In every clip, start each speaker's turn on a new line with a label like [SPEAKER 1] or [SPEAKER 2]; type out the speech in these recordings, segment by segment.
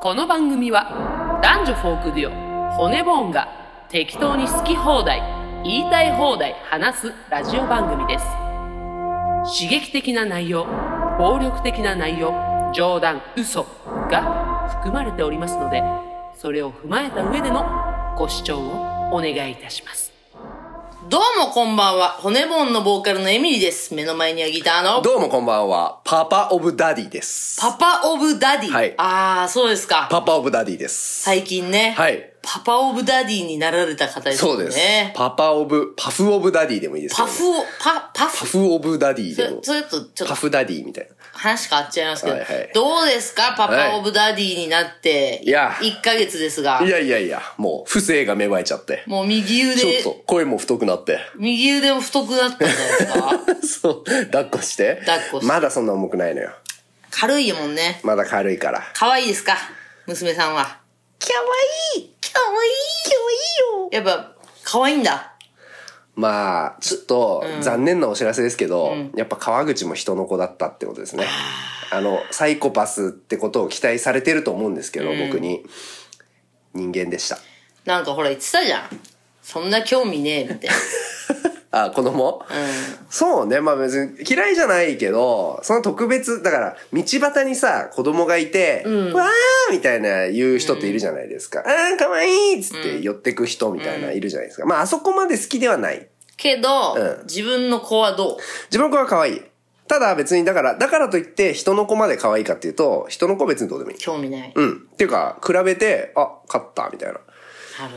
[SPEAKER 1] この番組は男女フォークデュオ骨ボーンが適当に好き放題言いたい放題話すラジオ番組です刺激的な内容暴力的な内容冗談嘘が含まれておりますのでそれを踏まえた上でのご視聴をお願いいたします
[SPEAKER 2] どうもこんばんは。骨ボンのボーカルのエミリーです。目の前にはギターの
[SPEAKER 3] どうもこんばんは。パパオブダディです。
[SPEAKER 2] パパオブダディ。
[SPEAKER 3] はい
[SPEAKER 2] ああ、そうですか。
[SPEAKER 3] パパオブダディです。
[SPEAKER 2] 最近ね、
[SPEAKER 3] はい
[SPEAKER 2] パパオブダディになられた方です
[SPEAKER 3] そ
[SPEAKER 2] よ
[SPEAKER 3] うです
[SPEAKER 2] ね。。
[SPEAKER 3] パパオブ、パフオブダディでもいいですけ
[SPEAKER 2] パ
[SPEAKER 3] どね、
[SPEAKER 2] フを、パ、パ
[SPEAKER 3] パ
[SPEAKER 2] フ。
[SPEAKER 3] フオブダディ
[SPEAKER 2] そ
[SPEAKER 3] で
[SPEAKER 2] れ
[SPEAKER 3] も。
[SPEAKER 2] それとちょっと
[SPEAKER 3] パフダディみたいな。
[SPEAKER 2] 話変わっちゃいますけど、
[SPEAKER 3] はいはい
[SPEAKER 2] どうですかパパオブダディになって、
[SPEAKER 3] いや
[SPEAKER 2] 1ヶ月ですが
[SPEAKER 3] い、やいやいや、もう、不正が芽生えちゃって。
[SPEAKER 2] もう右
[SPEAKER 3] ちょ
[SPEAKER 2] 腕
[SPEAKER 3] っ、と、声も太くなって。
[SPEAKER 2] 右腕も太くなったんじゃないですか
[SPEAKER 3] そう、抱っこして。
[SPEAKER 2] 抱っこして
[SPEAKER 3] まだそんな重くないのよ。
[SPEAKER 2] 軽いもんね。
[SPEAKER 3] まだ軽いから。
[SPEAKER 2] 可愛いですか娘さんは。
[SPEAKER 3] かわいい
[SPEAKER 2] 可愛い可愛いよ。やっぱ、可愛いんだ。
[SPEAKER 3] まあ、ちょっと、残念なお知らせですけど、やっぱ川口も人の子だったってことですね。あの、サイコパスってことを期待されてると思うんですけど、僕に。人間でした。
[SPEAKER 2] なんかほら言ってたじゃん。そんな興味ねえみた い
[SPEAKER 3] あ、子供、
[SPEAKER 2] な。うん。
[SPEAKER 3] そうね。まあ別に嫌いじゃないけど、その特別、だから、道端にさ、子供がいて、わーみたいな言う人っているじゃないですか。あーかわいいっつって寄ってく人みたいないるじゃないですか。まああそこまで好きではない。
[SPEAKER 2] けど、
[SPEAKER 3] うん
[SPEAKER 2] 自分の子はどう
[SPEAKER 3] 自分の子は可愛い。ただ別にだから、だからといって人の子まで可愛いかっていうと、人の子は別にどうでもいい。
[SPEAKER 2] 興味ない。
[SPEAKER 3] うん。っていうか、比べて、あ、勝った、みたいな。
[SPEAKER 2] なる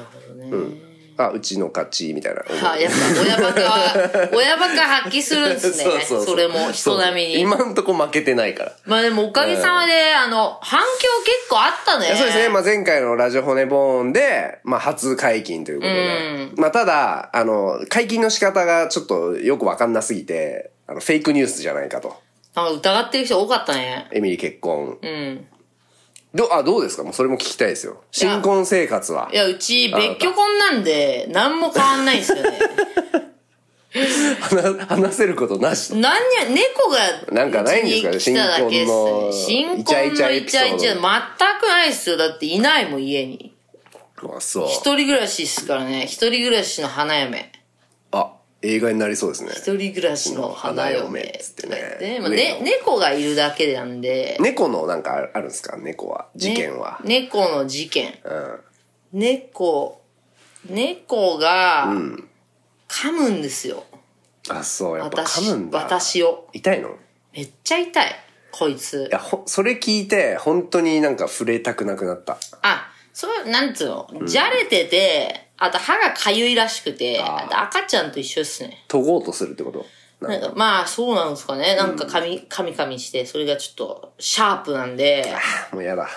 [SPEAKER 2] ほどね。
[SPEAKER 3] あ、うちの勝ち、みたいな。
[SPEAKER 2] はあ、やっぱ親バカ は、親バカ発揮するんですね。
[SPEAKER 3] そうそうう
[SPEAKER 2] れも人並み
[SPEAKER 3] そう
[SPEAKER 2] に。
[SPEAKER 3] 今んとこ負けてないから。
[SPEAKER 2] まあでもおかげさまで、あの、反響結構あったね。
[SPEAKER 3] そうですね。まあ、前回のラジオ骨ボーンで、まあ、初解禁ということで。まあ、ただ、あの、解禁の仕方がちょっとよくわかんなすぎて、あの、フェイクニュースじゃないかと。
[SPEAKER 2] なんか疑ってる人多かったね。
[SPEAKER 3] エミリー結婚。
[SPEAKER 2] うん。
[SPEAKER 3] ど、あ、どうですかもうそれも聞きたいですよ。
[SPEAKER 2] や。
[SPEAKER 3] 新婚生活はい
[SPEAKER 2] や、うち別居婚なんで、何も変わんないんですよね。
[SPEAKER 3] 話話せることなしと。
[SPEAKER 2] 何や、猫が、
[SPEAKER 3] なんかないんですかね
[SPEAKER 2] うちに来ただけっすね
[SPEAKER 3] 新婚
[SPEAKER 2] 新婚のイ
[SPEAKER 3] の
[SPEAKER 2] チャイ
[SPEAKER 3] イチャエピソード
[SPEAKER 2] チャ、全くないっすよ。だっていないもん、家に。
[SPEAKER 3] あ、そう。
[SPEAKER 2] 一人暮らしっすからね。一人暮らしの花嫁。
[SPEAKER 3] あ、映画になりそうですね。
[SPEAKER 2] 一人暮らしの花嫁。
[SPEAKER 3] 花嫁っつってね
[SPEAKER 2] で、まあ、
[SPEAKER 3] 上
[SPEAKER 2] ね、
[SPEAKER 3] の
[SPEAKER 2] 猫がいるだけなんで。
[SPEAKER 3] 猫のなんかあるんですか猫は。事件は。
[SPEAKER 2] ね猫の事件。
[SPEAKER 3] うん。
[SPEAKER 2] 猫、猫が、噛むんですよ。
[SPEAKER 3] あ、そう。やっぱ
[SPEAKER 2] 私
[SPEAKER 3] 噛むんだ。
[SPEAKER 2] 私を。
[SPEAKER 3] 痛いのい
[SPEAKER 2] めっちゃ痛い。こいつ。
[SPEAKER 3] や、ほ、それ聞いて、本当になんか触れたくなくなった。
[SPEAKER 2] あ、そう、なんつうの、じゃれてて、あと歯がかゆいらしくて、
[SPEAKER 3] あー
[SPEAKER 2] あと赤ちゃんと一緒ですね。
[SPEAKER 3] 研ごうとするってことな
[SPEAKER 2] なんん
[SPEAKER 3] か
[SPEAKER 2] かまあ、そうなんですかね。なんか噛み、噛み噛みして、それがちょっと、シャープなんで。
[SPEAKER 3] もうやだ。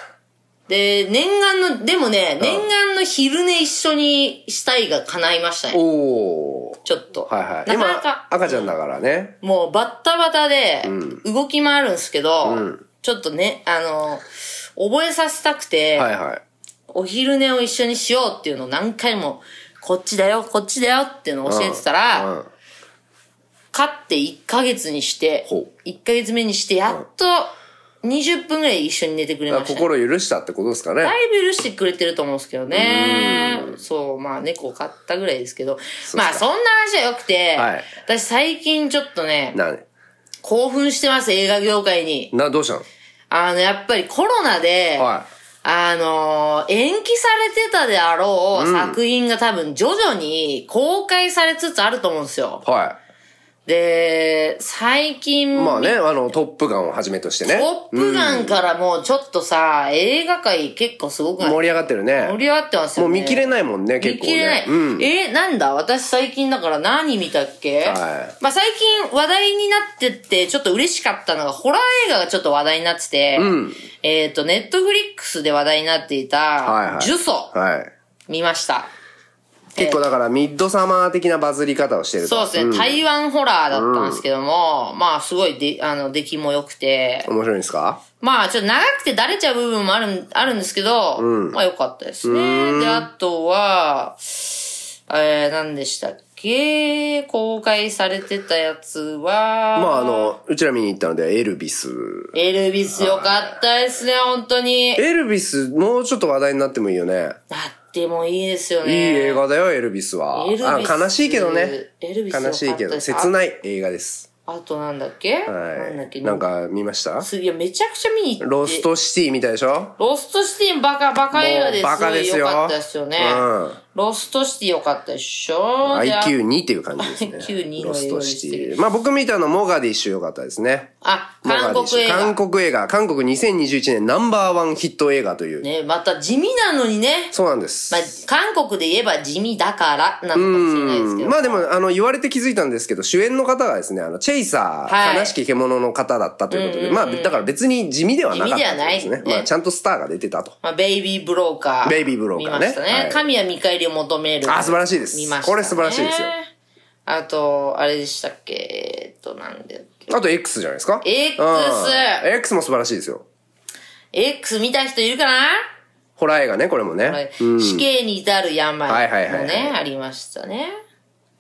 [SPEAKER 2] で、念願の、でもね、念願の昼寝一緒にしたいが叶いましたね。
[SPEAKER 3] おー。
[SPEAKER 2] ちょっと。
[SPEAKER 3] はいはい。
[SPEAKER 2] なかなか、
[SPEAKER 3] 今、赤ちゃんだからね。
[SPEAKER 2] もうバッタバタで、動き回るんですけど、
[SPEAKER 3] うん
[SPEAKER 2] ちょっとね、あの、覚えさせたくて、
[SPEAKER 3] はいはい。
[SPEAKER 2] お昼寝を一緒にしようっていうのを何回も、こっちだよ、こっちだよっていうのを教えてたら、
[SPEAKER 3] うん。
[SPEAKER 2] 勝って1ヶ月にして
[SPEAKER 3] ほう、
[SPEAKER 2] 1ヶ月目にして、やっと20分ぐらい一緒に寝てくれ
[SPEAKER 3] だ
[SPEAKER 2] ま
[SPEAKER 3] から
[SPEAKER 2] したね、
[SPEAKER 3] 心許したってことですかね。
[SPEAKER 2] だいぶ許してくれてると思うんですけどね。そう、まあ猫を飼ったぐらいですけど。まあそんな話は良くて、
[SPEAKER 3] はい
[SPEAKER 2] 私最近ちょっとね、
[SPEAKER 3] な、
[SPEAKER 2] 興奮してます、映画業界に。
[SPEAKER 3] な、どうしたの
[SPEAKER 2] あの、やっぱりコロナで、
[SPEAKER 3] は
[SPEAKER 2] あのー延期されてたであろう作品が多分徐々に公開されつつあると思うんですよ。
[SPEAKER 3] い。は
[SPEAKER 2] で、最近、
[SPEAKER 3] い。まあね、あの、トップガンをはじめとしてね。
[SPEAKER 2] トップガンからもうちょっとさ、映画界結構すごくない
[SPEAKER 3] 盛り上がってるね。
[SPEAKER 2] 盛り上がってますよ
[SPEAKER 3] もう
[SPEAKER 2] ね。
[SPEAKER 3] 見切れないもんね、結
[SPEAKER 2] 見
[SPEAKER 3] 構、ね。
[SPEAKER 2] 切れない。
[SPEAKER 3] うん。
[SPEAKER 2] え、なんだ私最近だから何見たっけ、
[SPEAKER 3] は
[SPEAKER 2] まあ最近話題になってって、ちょっと嬉しかったのが、ホラー映画がちょっと話題になってて、
[SPEAKER 3] ん
[SPEAKER 2] えっ、と、ネットフリックスで話題になってい
[SPEAKER 3] はいは
[SPEAKER 2] た
[SPEAKER 3] い、
[SPEAKER 2] ジュソ、
[SPEAKER 3] はい。
[SPEAKER 2] 見ました。
[SPEAKER 3] 結構だから、ミッドサマー的なバズり方をしてる
[SPEAKER 2] そ
[SPEAKER 3] と
[SPEAKER 2] うですね、台湾ホラーだったんですけども、まあすごいで、あの、出来も良くて、
[SPEAKER 3] 面白いんですか
[SPEAKER 2] まあちょっと長くてだれちゃう部分もあるん、あるんですけど、まあ良かったですね。で、あとは、えー、何でしたっけけ公開されてたやつは、
[SPEAKER 3] まあ、あ、の、うちら見に行ったので、エルビス。
[SPEAKER 2] エルビスよかったですね、本当に。
[SPEAKER 3] エルビス、もうちょっと話題になってもいいよね。
[SPEAKER 2] だってもいいですよ
[SPEAKER 3] いい
[SPEAKER 2] ね。
[SPEAKER 3] 映画だよ、エルビスは。
[SPEAKER 2] エルビス
[SPEAKER 3] あ悲しいけどね。
[SPEAKER 2] エルビス良かった
[SPEAKER 3] 悲
[SPEAKER 2] です
[SPEAKER 3] しいけど、切ない映画です。
[SPEAKER 2] あとなんだっけ、なんだ
[SPEAKER 3] は
[SPEAKER 2] っけ
[SPEAKER 3] い。なん、か見ました
[SPEAKER 2] すいや、めちゃくちゃ見に行って。
[SPEAKER 3] ロス。トシティみたいでしょ
[SPEAKER 2] ロストシティバカ、バカ映画です
[SPEAKER 3] もうバカですよ
[SPEAKER 2] 良かったですよね。
[SPEAKER 3] うん
[SPEAKER 2] ロストシティ良かったでしょで
[SPEAKER 3] IQ2 っていう感じですね。
[SPEAKER 2] IQ2 の
[SPEAKER 3] ロストシ
[SPEAKER 2] 映画で
[SPEAKER 3] ティ。まあ僕見たのモガディッシュ良かったですね。
[SPEAKER 2] あ、
[SPEAKER 3] モガ
[SPEAKER 2] 韓
[SPEAKER 3] ディッシュ
[SPEAKER 2] 国映画。
[SPEAKER 3] 韓国映画。韓国2021年ナンバーワンヒット映画という。
[SPEAKER 2] ね、また地味なのにね。
[SPEAKER 3] そうなんです。
[SPEAKER 2] まあ、韓国で言えば地味だからなのかもしれないですけど。
[SPEAKER 3] まあでも、あの、言われて気づいたんですけど、主演の方がですね、あの、チェイサー、
[SPEAKER 2] はい
[SPEAKER 3] 悲しき獣の方だったということで、まあ、だから別に地味ではなかったんです
[SPEAKER 2] 地味ではない
[SPEAKER 3] ね。
[SPEAKER 2] ね
[SPEAKER 3] まあ、ちゃんとスターが出てたと。
[SPEAKER 2] まあ、ベイビーブローカー。
[SPEAKER 3] ベイビーブローカーね
[SPEAKER 2] 見ましたね。
[SPEAKER 3] はい
[SPEAKER 2] 神は見返りを求める。
[SPEAKER 3] あ素晴らしいです
[SPEAKER 2] 見ました、ね。
[SPEAKER 3] これ素晴らしいですよ。
[SPEAKER 2] あと、あれでしたっけえっと、なんで。
[SPEAKER 3] あと X じゃないですか。
[SPEAKER 2] X
[SPEAKER 3] うん X も素晴らしいですよ。
[SPEAKER 2] X 見た人いるかな
[SPEAKER 3] ホラー映画ね、これもね。
[SPEAKER 2] これ
[SPEAKER 3] うん
[SPEAKER 2] 死刑に至る病もね、
[SPEAKER 3] はいはいはいはい
[SPEAKER 2] ありましたね。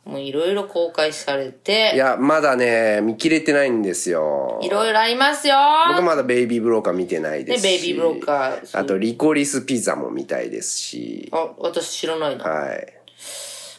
[SPEAKER 2] もういろいろ公開されて。
[SPEAKER 3] いや、まだね、見切れてないんですよ。
[SPEAKER 2] いろいろありますよ。
[SPEAKER 3] 僕まだベイビーブローカー見てないですし。
[SPEAKER 2] ねベイビーブローカー
[SPEAKER 3] あと、リコリスピザも見たいですし。
[SPEAKER 2] あ、私知らないな。
[SPEAKER 3] はい。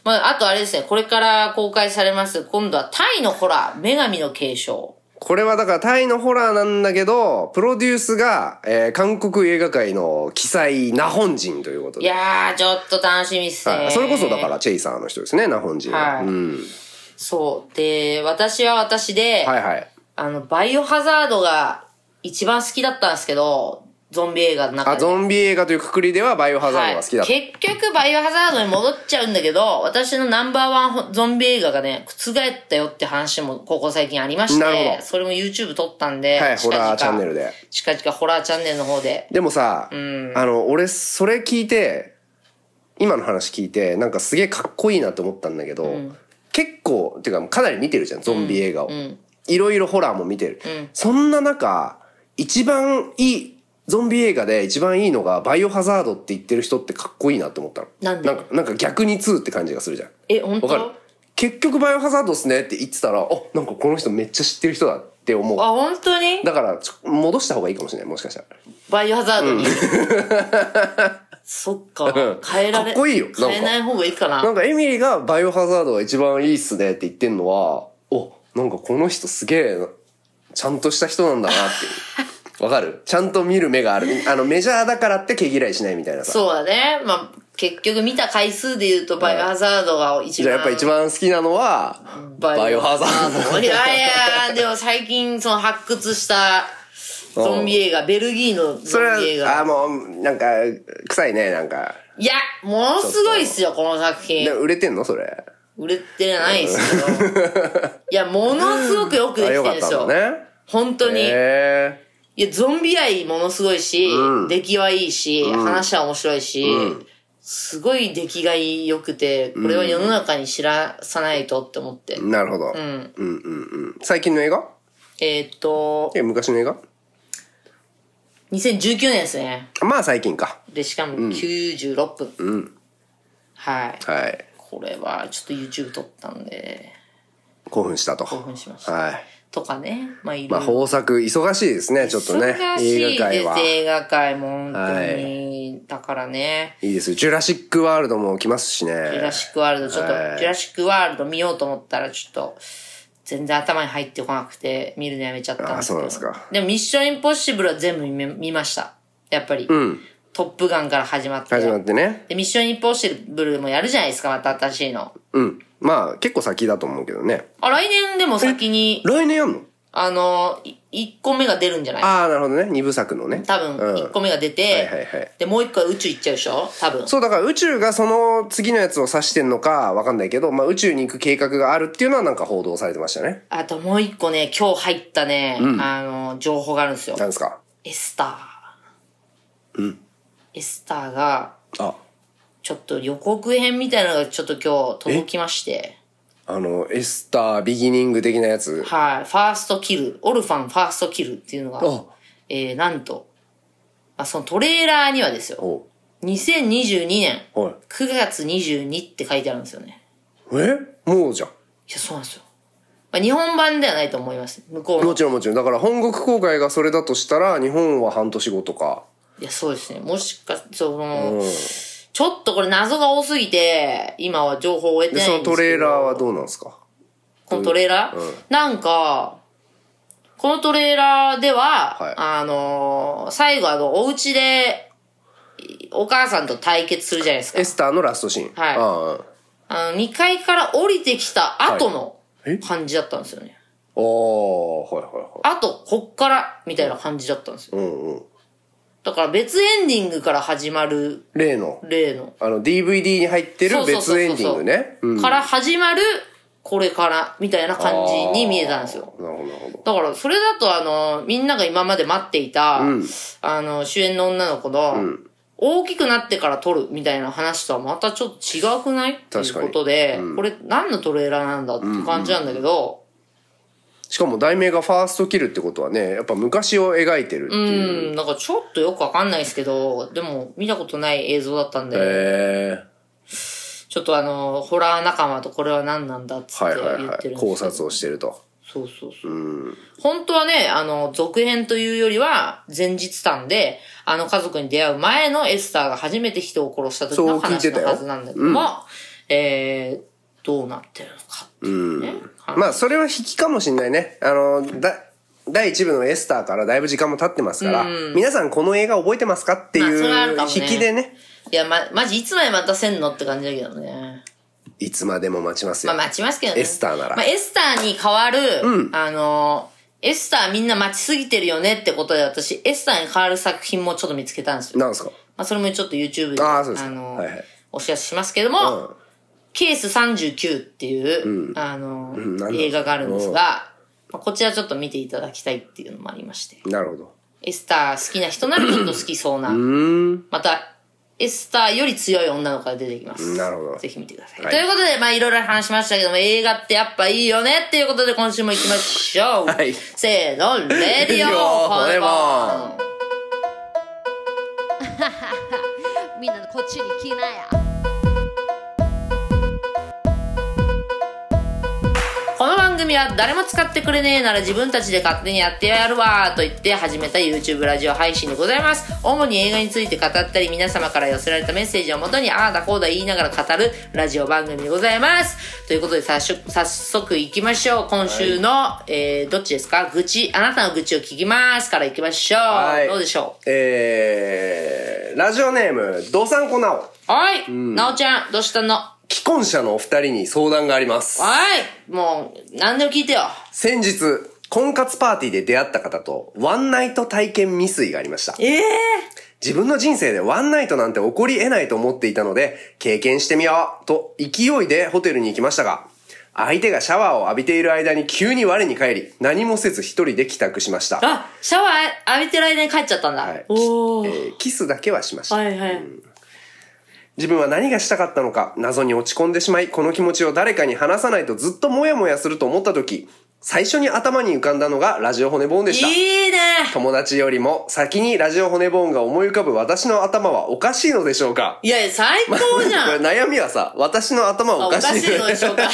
[SPEAKER 2] まあ、あとあれですね、これから公開されます、今度はタイのホラー、女神の継承。
[SPEAKER 3] これはだからタイのホラーなんだけど、プロデュースが、えー韓国映画界の奇才、ナホン人ということ
[SPEAKER 2] い
[SPEAKER 3] で。
[SPEAKER 2] やー、ちょっと楽しみっす
[SPEAKER 3] は
[SPEAKER 2] ね。
[SPEAKER 3] い、それこそだか。らチェイサーの人ですね、ナホン人は。
[SPEAKER 2] はい
[SPEAKER 3] うん、
[SPEAKER 2] そう。で、私は私で、
[SPEAKER 3] はいはい。
[SPEAKER 2] あの、バイオハザードが一番好きだったんですけど、ゾンビ映画の中
[SPEAKER 3] あ、
[SPEAKER 2] で。
[SPEAKER 3] ゾンビ映画というくくりではバイオハザードが好きだった。
[SPEAKER 2] はい、結局バイオハザードに戻っちゃうんだけど、私のナンバーワンほゾンビ映画がね、覆ったよって話もここ最近ありまし
[SPEAKER 3] なるほ
[SPEAKER 2] て、
[SPEAKER 3] ど
[SPEAKER 2] それも YouTube 撮ったんで、
[SPEAKER 3] はい、ホラーチャンネル
[SPEAKER 2] で。
[SPEAKER 3] で。
[SPEAKER 2] 近々ホラーチャンネルの方で。
[SPEAKER 3] でもさ、あの、俺、それ聞いて、今の話聞いて、なんかすげえかっこいいなと思ったんだけど、結構、ていうかかなり見てるじゃん、ゾンビ映画を。いろいろホラーも見てる。そんな中、一番いい、ゾンビ映画で一番いいのが、バイオハザードって言ってる人ってかっこいいなと思ったの。
[SPEAKER 2] なんで
[SPEAKER 3] なんか、なんか逆に2って感じがするじゃん。
[SPEAKER 2] え、本当
[SPEAKER 3] わかる結局バイオハザードっすねって言ってたら、あ、なんかこの人めっちゃ知ってる人だって思う。
[SPEAKER 2] あ、本当に
[SPEAKER 3] だから、ちょ戻した方がいいかもしれない、もしかしたら。
[SPEAKER 2] バイオハザードに。 そっか
[SPEAKER 3] うん。
[SPEAKER 2] 変えられ、
[SPEAKER 3] かっこいいよなんか
[SPEAKER 2] 変えない方がいいかな。
[SPEAKER 3] なんかエミリがバイオハザードが一番いいっすねって言ってんのは、お、なんかこの人すげえ、ちゃんとした人なんだなっていう。わかるちゃんと見る目がある。あの、メジャーだからって毛嫌いしないみたいなさ。
[SPEAKER 2] そうだね。まあ、結局見た回数で言うと、バイオハザードが一
[SPEAKER 3] じゃ
[SPEAKER 2] 番。
[SPEAKER 3] あやっぱ一番好きなのは、バイオハザード。
[SPEAKER 2] いやいや、でも最近その発掘したゾンビ映画、ベルギーの
[SPEAKER 3] それ
[SPEAKER 2] ゾンビ映
[SPEAKER 3] は、
[SPEAKER 2] 画。
[SPEAKER 3] あ、もう、なんか、臭いね、なんか。
[SPEAKER 2] いや、ものすごいっすよ、この作
[SPEAKER 3] で
[SPEAKER 2] 品。
[SPEAKER 3] 売れてんのそれ。
[SPEAKER 2] 売れてないっすけど。 いや、ものすごくよくできて
[SPEAKER 3] あ、
[SPEAKER 2] る
[SPEAKER 3] よ
[SPEAKER 2] ん
[SPEAKER 3] かっ
[SPEAKER 2] です
[SPEAKER 3] た
[SPEAKER 2] よ。
[SPEAKER 3] んだね。
[SPEAKER 2] 本当に。
[SPEAKER 3] へ
[SPEAKER 2] いや、ゾンビ愛ものすごいし、
[SPEAKER 3] うん
[SPEAKER 2] 出来はいいし、話は面白いし、すごい出来が良くて、これは世の中に知らさないとって思って。
[SPEAKER 3] えなるほど。
[SPEAKER 2] ん
[SPEAKER 3] うんうんうん。最近の映画
[SPEAKER 2] えーっと
[SPEAKER 3] い、や昔の映画
[SPEAKER 2] 2019年ですね。
[SPEAKER 3] まあ最近か。
[SPEAKER 2] で、しかも96分。はい。
[SPEAKER 3] はい。
[SPEAKER 2] これは、ちょっと YouTube 撮ったんで、
[SPEAKER 3] 興奮したと。
[SPEAKER 2] 興奮しました。
[SPEAKER 3] はい。
[SPEAKER 2] とかね。まあ、い
[SPEAKER 3] ま
[SPEAKER 2] ろ
[SPEAKER 3] あ、
[SPEAKER 2] いろ。
[SPEAKER 3] 豊作、忙しいですね、ちょっとね。
[SPEAKER 2] 忙し
[SPEAKER 3] 映
[SPEAKER 2] い
[SPEAKER 3] 画界
[SPEAKER 2] です
[SPEAKER 3] は。い
[SPEAKER 2] 映画界も本当に。だからね。
[SPEAKER 3] いですよ。ジュラシックワールドも来ますしね。
[SPEAKER 2] ジュラシックワールド、ちょっと、
[SPEAKER 3] はい
[SPEAKER 2] ジュラシックワールド見ようと思ったら、ちょっと、全然頭に入ってこなくて、見るのやめちゃったんですけど。
[SPEAKER 3] あそうなんですか
[SPEAKER 2] でも、ミッションインポッシブルは全部見見ました。やっぱり。
[SPEAKER 3] うん。
[SPEAKER 2] トップガンから始まって。
[SPEAKER 3] 始まってね。
[SPEAKER 2] で、ミッションインポッシブルもやるじゃないですか、また新しいの。
[SPEAKER 3] うん。まあ、結構先だと思うけどね。
[SPEAKER 2] あ、来年でも先に、
[SPEAKER 3] 来年やんの
[SPEAKER 2] あの、1個目が出るんじゃない
[SPEAKER 3] ああ、なるほどね。二部作のね。
[SPEAKER 2] 多分、
[SPEAKER 3] うん
[SPEAKER 2] 1個目が出
[SPEAKER 3] はいはい
[SPEAKER 2] て、
[SPEAKER 3] はい。
[SPEAKER 2] で、もう1個は宇宙行っちゃうでしょ多分。
[SPEAKER 3] そう、だから宇宙がその次のやつを指してんのかわかんないけど、まあ宇宙に行く計画があるっていうのはなんか報道されてましたね。
[SPEAKER 2] あともう1個ね、今日入ったね、あの、情報があるんですよ。
[SPEAKER 3] なんですか
[SPEAKER 2] エスター。エスターが、
[SPEAKER 3] あ、
[SPEAKER 2] ちょっと予告編みたいなのがちょっと今日届きまして。
[SPEAKER 3] あの、エスタービギニング的なやつ。
[SPEAKER 2] はい。ファーストキル。オルファンファーストキルっていうのが
[SPEAKER 3] あ、
[SPEAKER 2] えー、なんと、まあ、そのトレーラーにはですよ。
[SPEAKER 3] おう
[SPEAKER 2] 2022年
[SPEAKER 3] はい。
[SPEAKER 2] 9月22って書いてあるんですよね。
[SPEAKER 3] えもうじゃん。
[SPEAKER 2] や、そうなんですよ。まあ、日本版ではないと思います。向こう
[SPEAKER 3] も
[SPEAKER 2] の。
[SPEAKER 3] ちろんもちろん。だから本国公開がそれだとしたら、日本は半年後とか。
[SPEAKER 2] いや、そうですね。もしか、その、ちょっとこれ謎が多すぎて、今は情報を得て
[SPEAKER 3] で、
[SPEAKER 2] ないん
[SPEAKER 3] そ
[SPEAKER 2] です
[SPEAKER 3] の
[SPEAKER 2] けど。
[SPEAKER 3] トレーラーはどうなんですか
[SPEAKER 2] このトレーラー、
[SPEAKER 3] うん
[SPEAKER 2] なんか、このトレーラーでは、
[SPEAKER 3] はい
[SPEAKER 2] あのー最後あの、お家で、いお母さんと対決するじゃないですか
[SPEAKER 3] エ。スターのラストシーン。
[SPEAKER 2] はい
[SPEAKER 3] あ
[SPEAKER 2] あの、2階から降りてきた後の
[SPEAKER 3] はいえ
[SPEAKER 2] 感じだったんですよね。
[SPEAKER 3] あ、おーはいはいはい。
[SPEAKER 2] あと、こっから、みたいな感じだったんですよ。
[SPEAKER 3] うんうん。
[SPEAKER 2] だから別エンディングから始まる、
[SPEAKER 3] 例の、
[SPEAKER 2] 例の。
[SPEAKER 3] あの、DVD に入ってる
[SPEAKER 2] そうそうそうそう
[SPEAKER 3] 別エンディングね。うん
[SPEAKER 2] から始まる、これから、みたいな感じに見えたんですよ。
[SPEAKER 3] なるほど、なるほど。
[SPEAKER 2] だから、それだと、あの、みんなが今まで待っていた、
[SPEAKER 3] ん
[SPEAKER 2] あの、主演の女の子の、大きくなってから撮るみたいな話とはまたちょっと違くないってい
[SPEAKER 3] 確
[SPEAKER 2] う
[SPEAKER 3] かに
[SPEAKER 2] ことで、これ何のトレーラーなんだって感じなんだけど、
[SPEAKER 3] しかも題名がファーストキルってことはね、やっぱ昔を描いてるって
[SPEAKER 2] うん、
[SPEAKER 3] いう。
[SPEAKER 2] なんかちょっとよくわかんないですけど、でも見たことない映像だったんで、
[SPEAKER 3] へえ
[SPEAKER 2] ちょっとあの、ホラー仲間とこれは何なんだっつっ
[SPEAKER 3] は
[SPEAKER 2] て
[SPEAKER 3] いはい
[SPEAKER 2] 言
[SPEAKER 3] は
[SPEAKER 2] って
[SPEAKER 3] い。
[SPEAKER 2] るんですけど、
[SPEAKER 3] 考察をしてると。
[SPEAKER 2] そうそうそう。本当はね、あの、続編というよりは、前日短で、あの家族に出会う前のエスターが初めて人を殺した時
[SPEAKER 3] そう
[SPEAKER 2] の
[SPEAKER 3] 聞い
[SPEAKER 2] 話
[SPEAKER 3] てた
[SPEAKER 2] の
[SPEAKER 3] よ
[SPEAKER 2] はずなんだけども、えー、どうなってるのかっていうね。話
[SPEAKER 3] まあ、それは引きかもしんないね。あの、だ、第1部のエスターからだいぶ時間も経ってますから、皆さんこの映画覚えてますかって
[SPEAKER 2] まあそれはあ
[SPEAKER 3] い
[SPEAKER 2] る
[SPEAKER 3] う
[SPEAKER 2] かもね
[SPEAKER 3] 引きでね、
[SPEAKER 2] いや、ま、まじいつまで待たせんのって感じだけどね。
[SPEAKER 3] いつまでも待ちます
[SPEAKER 2] ま
[SPEAKER 3] よ。
[SPEAKER 2] あ待ちますけどね。
[SPEAKER 3] エスターなら
[SPEAKER 2] まあエスターに変わる、あの、エスターみんな待ちすぎてるよねってことで私、エスターに変わる作品もちょっと見つけたんですよ。
[SPEAKER 3] なんですか
[SPEAKER 2] まあそれもちょっと YouTube で、
[SPEAKER 3] あーそうですか
[SPEAKER 2] の、
[SPEAKER 3] はいはい
[SPEAKER 2] お知らせしますけども、
[SPEAKER 3] うん
[SPEAKER 2] ケース39っていう、あの、
[SPEAKER 3] んなんだ
[SPEAKER 2] 映画があるんですが、まあこちらちょっと見ていただきたいっていうのもありまして。
[SPEAKER 3] なるほど。
[SPEAKER 2] エスター好きな人 ならちょっと好きそうな、また、エスターより強い女の子が出てきます。
[SPEAKER 3] なるほど
[SPEAKER 2] ぜひ見てください。
[SPEAKER 3] はい
[SPEAKER 2] ということで、まあいろいろ話しましたけども、映画ってやっぱいいよねっていうことで今週も行きましょう。
[SPEAKER 3] はい
[SPEAKER 2] せーの、レディ
[SPEAKER 3] レディ
[SPEAKER 2] オ
[SPEAKER 3] オ
[SPEAKER 2] 骨
[SPEAKER 3] 骨
[SPEAKER 2] 盤
[SPEAKER 4] みんなこっちに来なや。
[SPEAKER 2] この番組は誰も使ってくれねえなら自分たちで勝手にやってやるわーと言って始めた YouTube ラジオ配信でございます。主に映画について語ったり皆様から寄せられたメッセージをもとにああだこうだ言いながら語るラジオ番組でございます。ということで早速、早速行きましょう。今週の、えー、どっちですか愚痴、あなたの愚痴を聞きますから行きましょう。
[SPEAKER 3] はい
[SPEAKER 2] どうでしょ
[SPEAKER 3] えー、ラジオネーム、ドサンコナオ。
[SPEAKER 2] うはい、なおちゃん、どうしたのは
[SPEAKER 3] 既婚者のお二人に相談があります。
[SPEAKER 2] いもう、何でも聞いてよ。
[SPEAKER 3] 先日、婚活パーティーで出会った方と、ワンナイト体験未遂がありました。
[SPEAKER 2] ええ
[SPEAKER 3] 自分の人生でワンナイトなんて起こり得ないと思っていたので、経験してみようと勢いでホテルに行きましたが、相手がシャワーを浴びている間に急に我に返り、何もせず一人で帰宅しました。は
[SPEAKER 2] あ、シャワー浴びてる間に帰っちゃったんだ。
[SPEAKER 3] い、きえ
[SPEAKER 2] おー。
[SPEAKER 3] ーキスだけはしました。
[SPEAKER 2] はいはい。
[SPEAKER 3] 自分は何がしたかったのか、謎に落ち込んでしまい、この気持ちを誰かに話さないとずっとモヤモヤすると思った時、最初に頭に浮かんだのがラジオ骨ボーンでした。
[SPEAKER 2] いいね
[SPEAKER 3] 友達よりも先にラジオ骨ボーンが思い浮かぶ私の頭はおかしいのでしょうか
[SPEAKER 2] いやいや、最高じゃん、
[SPEAKER 3] これ悩みはさ、私の頭は
[SPEAKER 2] あお
[SPEAKER 3] おか
[SPEAKER 2] か
[SPEAKER 3] しい
[SPEAKER 2] しいのでしょうか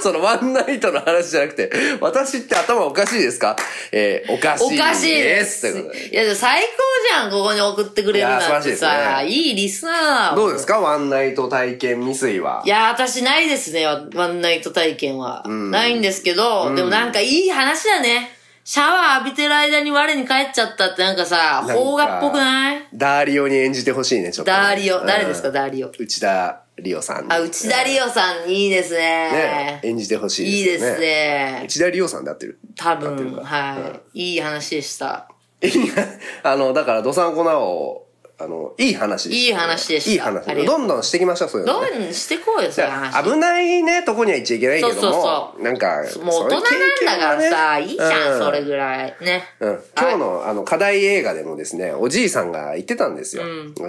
[SPEAKER 3] そのワンナイトの話じゃなくて、私って頭おかしいですかえー、おかし
[SPEAKER 2] お
[SPEAKER 3] いです。
[SPEAKER 2] かしいです。
[SPEAKER 3] ということで
[SPEAKER 2] いや、最高じゃん、ここに送ってくれるなんて
[SPEAKER 3] いや素晴ら
[SPEAKER 2] さ。
[SPEAKER 3] しい
[SPEAKER 2] い
[SPEAKER 3] で
[SPEAKER 2] い,、リスナー
[SPEAKER 3] どうですすかワンナイト体験未遂は。
[SPEAKER 2] いや、私ないですね、ワワンナイト体験は。ないんですけど、でもなんかいい話だね。シャワー浴びてる間に我に返っちゃったってなんかさ、
[SPEAKER 3] なんか
[SPEAKER 2] 邦画っぽくない
[SPEAKER 3] ダーリオに演じてほしいね、ちょっとね、
[SPEAKER 2] ダーリオ。誰ですか、
[SPEAKER 3] うん
[SPEAKER 2] ダーリオ。
[SPEAKER 3] 内田理央さん。
[SPEAKER 2] あ、内田理央さん、いいです
[SPEAKER 3] ね
[SPEAKER 2] ね。。
[SPEAKER 3] 演じてほし
[SPEAKER 2] い
[SPEAKER 3] い
[SPEAKER 2] い
[SPEAKER 3] で
[SPEAKER 2] です
[SPEAKER 3] ね。
[SPEAKER 2] すね。
[SPEAKER 3] 内田理央さんで合ってる。
[SPEAKER 2] 多
[SPEAKER 3] 合ってる
[SPEAKER 2] 分、
[SPEAKER 3] か
[SPEAKER 2] はい。いい話でした。
[SPEAKER 3] いやあの、だから、ドサンコナオ、あの、いい話でし
[SPEAKER 2] い
[SPEAKER 3] た、
[SPEAKER 2] い話でした
[SPEAKER 3] いい話。
[SPEAKER 2] ありがとう
[SPEAKER 3] どんどんしていきましょう、そういうの
[SPEAKER 2] ど
[SPEAKER 3] ね、
[SPEAKER 2] うにしてこうよ、そういう話。
[SPEAKER 3] 危ないね、とこには行っちゃいけないけども、
[SPEAKER 2] そうそうそ
[SPEAKER 3] なんか、
[SPEAKER 2] もう大人なんだからさ、いいじゃん、それ
[SPEAKER 3] ぐ
[SPEAKER 2] ぐらい。ね。
[SPEAKER 3] うん、今日のあの課題映画でもですね、おじいさんが言ってたんですよ。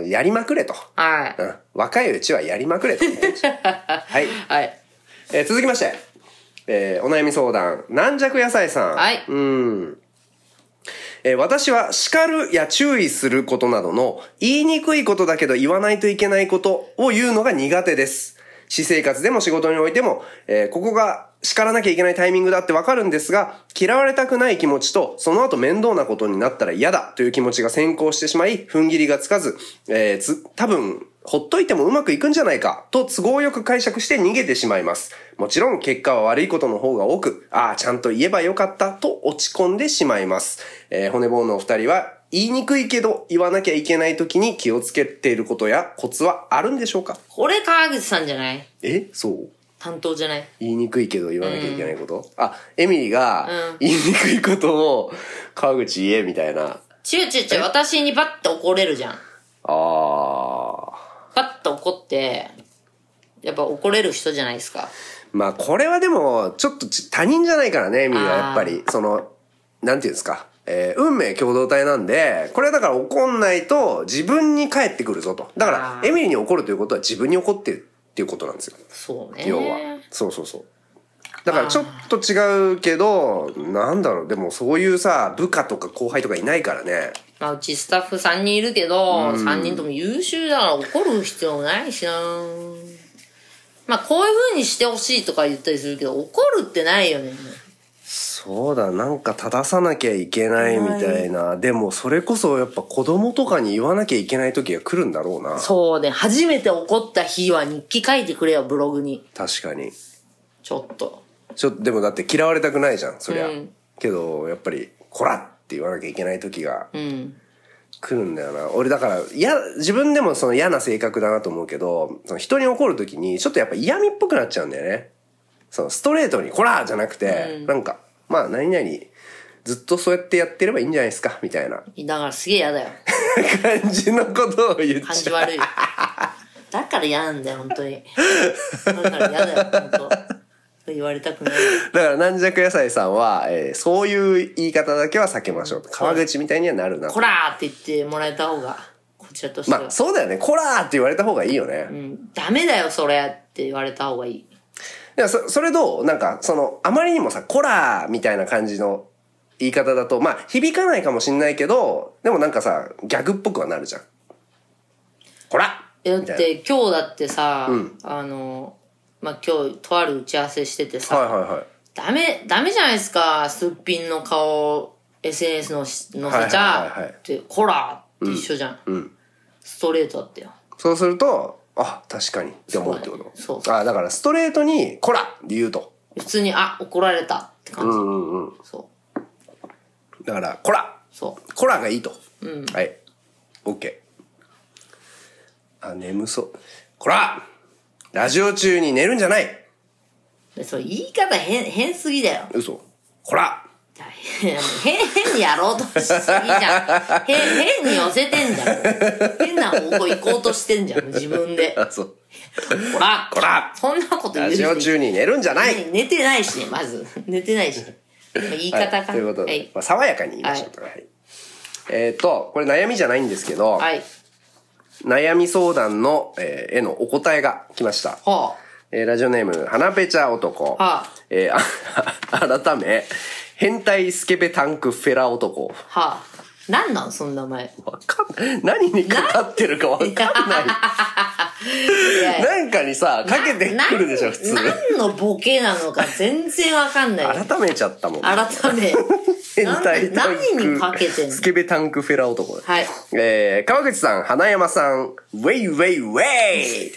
[SPEAKER 3] やりまくれと、
[SPEAKER 2] は
[SPEAKER 3] うん。若いうちはやりまくれと言ってました。 はい、
[SPEAKER 2] い。はい。
[SPEAKER 3] えー続きまして、えーお悩み相談、軟弱野菜さん。
[SPEAKER 2] はい
[SPEAKER 3] うん。えー私は叱るや注意することなどの言いにくいことだけど言わないといけないことを言うのが苦手です。私生活でも仕事においても、えーここが叱らなきゃいけないタイミングだってわかるんですが、嫌われたくない気持ちと、その後面倒なことになったら嫌だという気持ちが先行してしまい、踏ん切りがつかず、えーつ、多分、ほっといてもうまくいくんじゃないかと都合よく解釈して逃げてしまいます。もちろん結果は悪いことの方が多く、ああ、ちゃんと言えばよかったと落ち込んでしまいます。えー骨棒のお二人は言いにくいけど言わなきゃいけない時に気をつけていることやコツはあるんでしょうか
[SPEAKER 2] これ川口さんじゃない
[SPEAKER 3] えそう
[SPEAKER 2] 担当じゃない
[SPEAKER 3] 言いにくいけど言わなきゃいけないこと、あ、エミリーが
[SPEAKER 2] うん
[SPEAKER 3] 言いにくいことを川口言えみたいな。
[SPEAKER 2] 違う違う違う、私にバッて怒れるじゃん。
[SPEAKER 3] ああ。
[SPEAKER 2] バッて怒って、やっぱ怒れる人じゃないですか。
[SPEAKER 3] まあこれはでもちょっとち他人じゃないからねエミリーはやっぱりそのなんていうんですか、えー運命共同体なんでこれはだから怒んないと自分に返ってくるぞとだか
[SPEAKER 2] あ
[SPEAKER 3] ら
[SPEAKER 2] ー
[SPEAKER 3] エミリーに怒るということは自分に怒ってるっていうことなんですよ
[SPEAKER 2] そうね。
[SPEAKER 3] 要はそうそうそうだからちょっと違うけどなんだろうでもそういうさ部下とか後輩とかいないからね
[SPEAKER 2] まあ、うちスタッフ3人いるけど、3人とも優秀だから怒る必要ないしなまあ、こういう風にしてほしいとか言ったりするけど、怒るってないよね。
[SPEAKER 3] そうだなんか正さなきゃいけないみたいな、でもそれこそやっぱ子供とかに言わなきゃいけない時が来るんだろうな
[SPEAKER 2] そうね。初めて怒った日は日記書いてくれよ、ブログに。
[SPEAKER 3] 確かに
[SPEAKER 2] ちょっと。
[SPEAKER 3] ちょっとでもだって嫌われたくないじゃんそりゃ、
[SPEAKER 2] うん
[SPEAKER 3] けどやっぱり「こら!」って言わなきゃいけない時が
[SPEAKER 2] うん。
[SPEAKER 3] 来るんだよな俺だからいや自分でもその嫌な性格だなと思うけどその人に怒る時にちょっとやっぱ嫌味っぽくなっちゃうんだよねそのストレートに「こら!」じゃなくて、なんかまあ何々ずっとそうやってやってればいいんじゃないですかみたいな
[SPEAKER 2] だからすげえ嫌だよ。
[SPEAKER 3] 感じのことを言っ
[SPEAKER 2] 感
[SPEAKER 3] ち
[SPEAKER 2] じ
[SPEAKER 3] ゃう
[SPEAKER 2] 悪い。だから嫌なんだよ、本当に。だから嫌だよ、本当。言われたくない。
[SPEAKER 3] だから軟弱野菜さんは、えーそういう言い方だけは避けましょうと川口みたいにはなるなと
[SPEAKER 2] こらーって言ってもらえた方が、こちらとしては。
[SPEAKER 3] まあそうだよね「こら!」って言われた方がいいよね、
[SPEAKER 2] うん、ダメだよ、それって言われた方がいい。
[SPEAKER 3] でもそそれどうなんかそのあまりにもさ「こら!」みたいな感じの言い方だとまあ響かないかもしんないけどでもなんかさギャグっぽくはなるじゃん。こら
[SPEAKER 2] えだっ
[SPEAKER 3] みたい
[SPEAKER 2] て今日だってさ、
[SPEAKER 3] うん
[SPEAKER 2] あの、まあ、今日とある打ち合わせしてて
[SPEAKER 3] な
[SPEAKER 2] さ、
[SPEAKER 3] はいはいはい。
[SPEAKER 2] ダメ、ダメじゃないですか、すっぴんの顔、SNS のし載せち
[SPEAKER 3] はいはいはいはい
[SPEAKER 2] ゃ、って、こらーって一緒じゃん。
[SPEAKER 3] うん
[SPEAKER 2] ストレートだったよ。
[SPEAKER 3] そうするとあ確かにって思うってこと
[SPEAKER 2] そう
[SPEAKER 3] あだからストレートに「こら!」って言うと。
[SPEAKER 2] 普通に、あ、怒られたって感
[SPEAKER 3] う
[SPEAKER 2] じ。
[SPEAKER 3] んうんうん。
[SPEAKER 2] そう、
[SPEAKER 3] だから「こら!」
[SPEAKER 2] そう。
[SPEAKER 3] 「こら!」がいいと。はい。OK。あ眠そう。こらラジオ中に寝るんじゃない
[SPEAKER 2] でそう言い方変、変すぎだよ。
[SPEAKER 3] 嘘。こら
[SPEAKER 2] いや変、変にやろうとしすぎじゃん。変、変に寄せてんじゃん。変な方向行こうとしてんじゃん、自分で。
[SPEAKER 3] あ、そう。
[SPEAKER 2] こら
[SPEAKER 3] こら
[SPEAKER 2] そんなこと言う
[SPEAKER 3] ラジオ
[SPEAKER 2] 人
[SPEAKER 3] 中に寝るんじゃない
[SPEAKER 2] ね寝てないしね、まず。寝てないしね。まあ言い方か、
[SPEAKER 3] はい、ということで、
[SPEAKER 2] はい。
[SPEAKER 3] まあ、爽やかに言いましょうとはいえっ、と、これ悩みじゃないんですけど、
[SPEAKER 2] はい。
[SPEAKER 3] 悩み相談の、えーへのお答えが来ました。
[SPEAKER 2] は
[SPEAKER 3] えーラジオネーム、はなぺちゃ男。
[SPEAKER 2] はあ
[SPEAKER 3] えーあ 改め、変態スケベタンクフェラ男。
[SPEAKER 2] あ、はあ。なんなん、その名前。
[SPEAKER 3] わかんない。何にかかってるかわかんない。
[SPEAKER 2] いやいや
[SPEAKER 3] なんかにさ、かけてくるでしょ、普通。
[SPEAKER 2] 何のボケなのか全然わかんない。
[SPEAKER 3] 改めちゃったもん。
[SPEAKER 2] 改め。
[SPEAKER 3] 変態タンク
[SPEAKER 2] 何にかけてんの
[SPEAKER 3] スケベタンクフェラ男。
[SPEAKER 2] はい。
[SPEAKER 3] えー、川口さん、花山さん、ウェイウェ イウェイ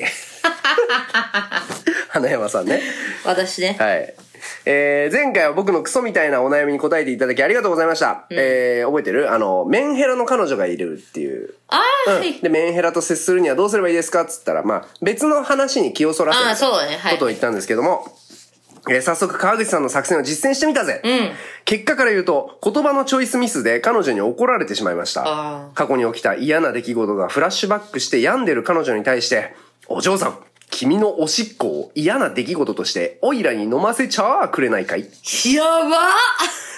[SPEAKER 3] 花山さんね。
[SPEAKER 2] 私ね。
[SPEAKER 3] はい。えー、前回は僕のクソみたいなお悩みに答えていただきありがとうございました。えー、覚えてるあの、メンヘラの彼女がいるっていう。
[SPEAKER 2] ああ、はい。
[SPEAKER 3] で、メンヘラと接するにはどうすればいいですかっつったら、まあ、別の話に気をそらせる
[SPEAKER 2] あーそうねはい
[SPEAKER 3] ことを言ったんですけども、えー早速川口さんの作戦を実践してみたぜ、結果から言うと、言葉のチョイスミスで彼女に怒られてしまいまし
[SPEAKER 2] あ
[SPEAKER 3] た。過去に起きた嫌な出来事がフラッシュバックして病んでる彼女に対して、お嬢さん、君のおしっこを嫌な出来事として、オイラに飲ませちゃあくれないかい
[SPEAKER 2] やば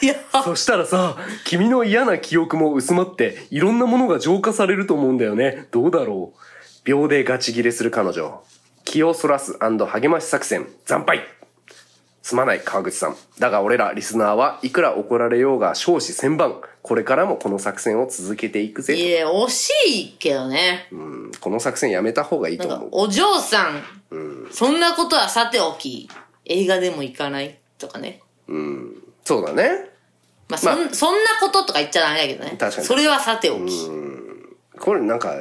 [SPEAKER 2] ーや ば
[SPEAKER 3] そしたらさ、君の嫌な記憶も薄まって、いろんなものが浄化されると思うんだよね。どうだろう。秒でガチギレする彼女。気をそらす励まし作戦、惨敗。すまない、川口さん。だが俺ら、リスナーはいくら怒られようが少子千万。これからもこの作戦を続けていくぜ。
[SPEAKER 2] いや、惜しいけどね。
[SPEAKER 3] うんこの作戦やめた方がいい
[SPEAKER 2] な
[SPEAKER 3] と
[SPEAKER 2] んか
[SPEAKER 3] 思、う。
[SPEAKER 2] お嬢さん、そんなことはさておき、映画でも行かないとかね。
[SPEAKER 3] そうだね。
[SPEAKER 2] まあ、そん、
[SPEAKER 3] ま
[SPEAKER 2] そんなこととか言っちゃダメだけどね。
[SPEAKER 3] 確かに
[SPEAKER 2] それはさておき。
[SPEAKER 3] これなんか、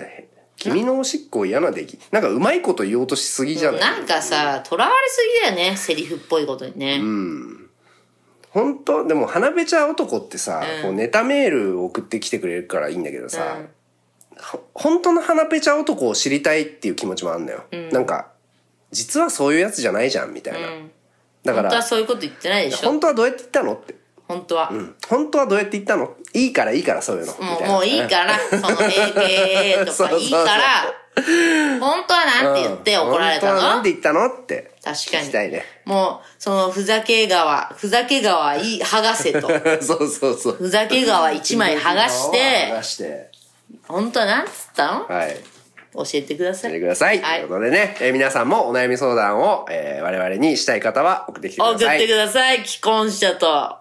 [SPEAKER 3] 君のおしっこ嫌な出来。なんかうまいこと言おうとしすぎじゃない
[SPEAKER 2] なんかさ、囚われすぎだよね、セリフっぽいことにね。
[SPEAKER 3] 本当でも花べちゃ男ってさ、こうネタメール送ってきてくれるからいいんだけどさ、ほ本当の花ぺちゃ男を知りたいっていう気持ちもあんだよ、なんか実はそういうやつじゃないじゃんみたいな、だか
[SPEAKER 2] 本当は
[SPEAKER 3] ら
[SPEAKER 2] そういうこと言ってないでしょ
[SPEAKER 3] 本当はどうやって言ったのって
[SPEAKER 2] 本当は。
[SPEAKER 3] 本当はどうやって言ったのいいからいいからそういうのみ
[SPEAKER 2] も、
[SPEAKER 3] たいうな
[SPEAKER 2] もういいから、その AKA と
[SPEAKER 3] そうそ
[SPEAKER 2] か
[SPEAKER 3] うそう
[SPEAKER 2] いいから、本当はなんて言って怒られた
[SPEAKER 3] うん本当はなん
[SPEAKER 2] の
[SPEAKER 3] て言ったのって
[SPEAKER 2] 確か
[SPEAKER 3] 聞きたい
[SPEAKER 2] に。
[SPEAKER 3] ね
[SPEAKER 2] もう、その、ふざけ川、ふざけ川いい、剥がせ と。
[SPEAKER 3] そうそうそう
[SPEAKER 2] ふざけ川 一枚剥がし
[SPEAKER 3] 剥
[SPEAKER 2] て
[SPEAKER 3] が、して
[SPEAKER 2] 本当はなんつったの
[SPEAKER 3] はい
[SPEAKER 2] 教えてくださ
[SPEAKER 3] して
[SPEAKER 2] い。
[SPEAKER 3] ください。
[SPEAKER 2] はい
[SPEAKER 3] ということでね、えー皆さんもお悩み相談を、えー我々にしたい方は送ってきてく
[SPEAKER 2] 送っ
[SPEAKER 3] ださい。
[SPEAKER 2] てください。既婚者と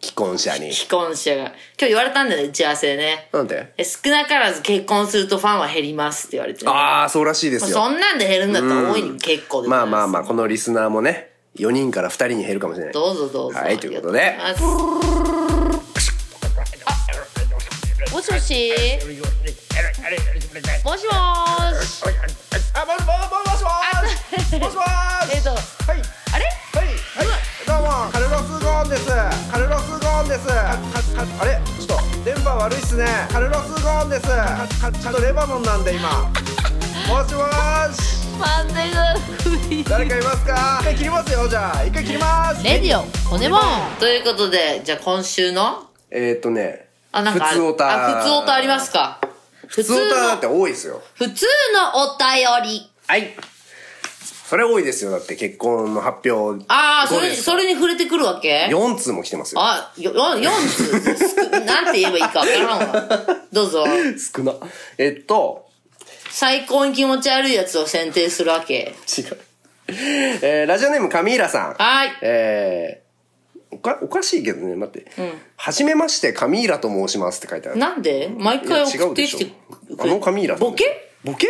[SPEAKER 3] 既婚者に。
[SPEAKER 2] 既婚者が。今日言われたんだよね、打ち合わせでね。
[SPEAKER 3] なんで
[SPEAKER 2] え少なからず結婚するとファンは減りますって言われてね、
[SPEAKER 3] ああ、そうらしいで
[SPEAKER 2] まあ
[SPEAKER 3] す
[SPEAKER 2] そ
[SPEAKER 3] よ。
[SPEAKER 2] んなんで減るんだったら大いに結構でござい
[SPEAKER 3] まあまあまあ、
[SPEAKER 2] す
[SPEAKER 3] このリスナーもね、4人から2人に減るかもしれない。
[SPEAKER 2] どうぞどうぞ。
[SPEAKER 3] はいということで
[SPEAKER 2] ありがとうございます
[SPEAKER 5] あ、もしもしもしもしもしもし
[SPEAKER 4] もしもしもしもーしえっと
[SPEAKER 5] はい
[SPEAKER 4] あれ
[SPEAKER 5] はいはいどうもカルロスゴーンですカルロスゴーンですかかあれちょっと電波悪いっすねカルロスゴーンですかかちょっとレバノンなんで今もしもし
[SPEAKER 4] 待ってくださ
[SPEAKER 5] 誰かいますか一回切りますよじゃあ一回切ります
[SPEAKER 4] いレディオ骨もん
[SPEAKER 2] ということで、じゃあ今週の、
[SPEAKER 3] えーっとね、
[SPEAKER 2] あ、なんかある
[SPEAKER 3] 普通オタ。
[SPEAKER 2] あ、普通オタありますか。普
[SPEAKER 3] 普通オタだって
[SPEAKER 2] の、
[SPEAKER 3] 多いですよ。
[SPEAKER 2] 普通のお便り。
[SPEAKER 3] はい。それ多いですよ。だって結婚の発表。
[SPEAKER 2] ああ、そ
[SPEAKER 3] どう
[SPEAKER 2] れ、
[SPEAKER 3] です
[SPEAKER 2] それに触れてくるわけ
[SPEAKER 3] 4通も来てますよ。
[SPEAKER 2] あ、よ、よ、四つすく、なんて言えばいいかわからんわ。どうぞ。
[SPEAKER 3] 少な。えっと、
[SPEAKER 2] 最高に気持ち悪いやつを選定するわけ。
[SPEAKER 3] 違う。えーラジオネーム、上平さん。
[SPEAKER 2] はい。
[SPEAKER 3] えーおかおかしいけどね、待って。はじめまして、カミーラと申しますって書いてある。
[SPEAKER 2] なんで毎
[SPEAKER 3] いや
[SPEAKER 2] 回送ってきて
[SPEAKER 3] 違うでしょあのカミーラさん
[SPEAKER 2] ボケ
[SPEAKER 3] ボケ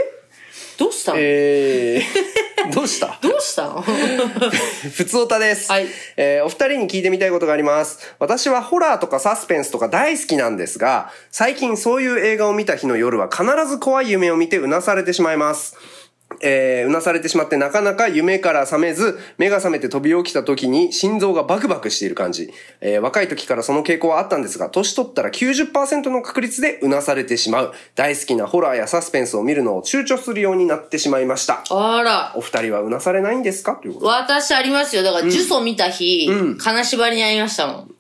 [SPEAKER 2] どうしたの、
[SPEAKER 3] え ー、どうした
[SPEAKER 2] どうしたの
[SPEAKER 3] 普通オタです。
[SPEAKER 2] はい
[SPEAKER 3] えーお二人に聞いてみたいことがあります。私はホラーとかサスペンスとか大好きなんですが、最近そういう映画を見た日の夜は必ず怖い夢を見てうなされてしまいます。えーうなされてしまってなかなか夢から覚めず、目が覚めて飛び起きた時に心臓がバクバクしている感じ。えー若い時からその傾向はあったんですが、年取ったら90%の確率でうなされてしまう。大好きなホラーやサスペンスを見るのを躊躇するようになってしまいました。
[SPEAKER 2] あら。
[SPEAKER 3] お二人はうなされないんですかということで
[SPEAKER 2] 私ありますよ。だから、呪詛見た日、金縛りにありましたもん。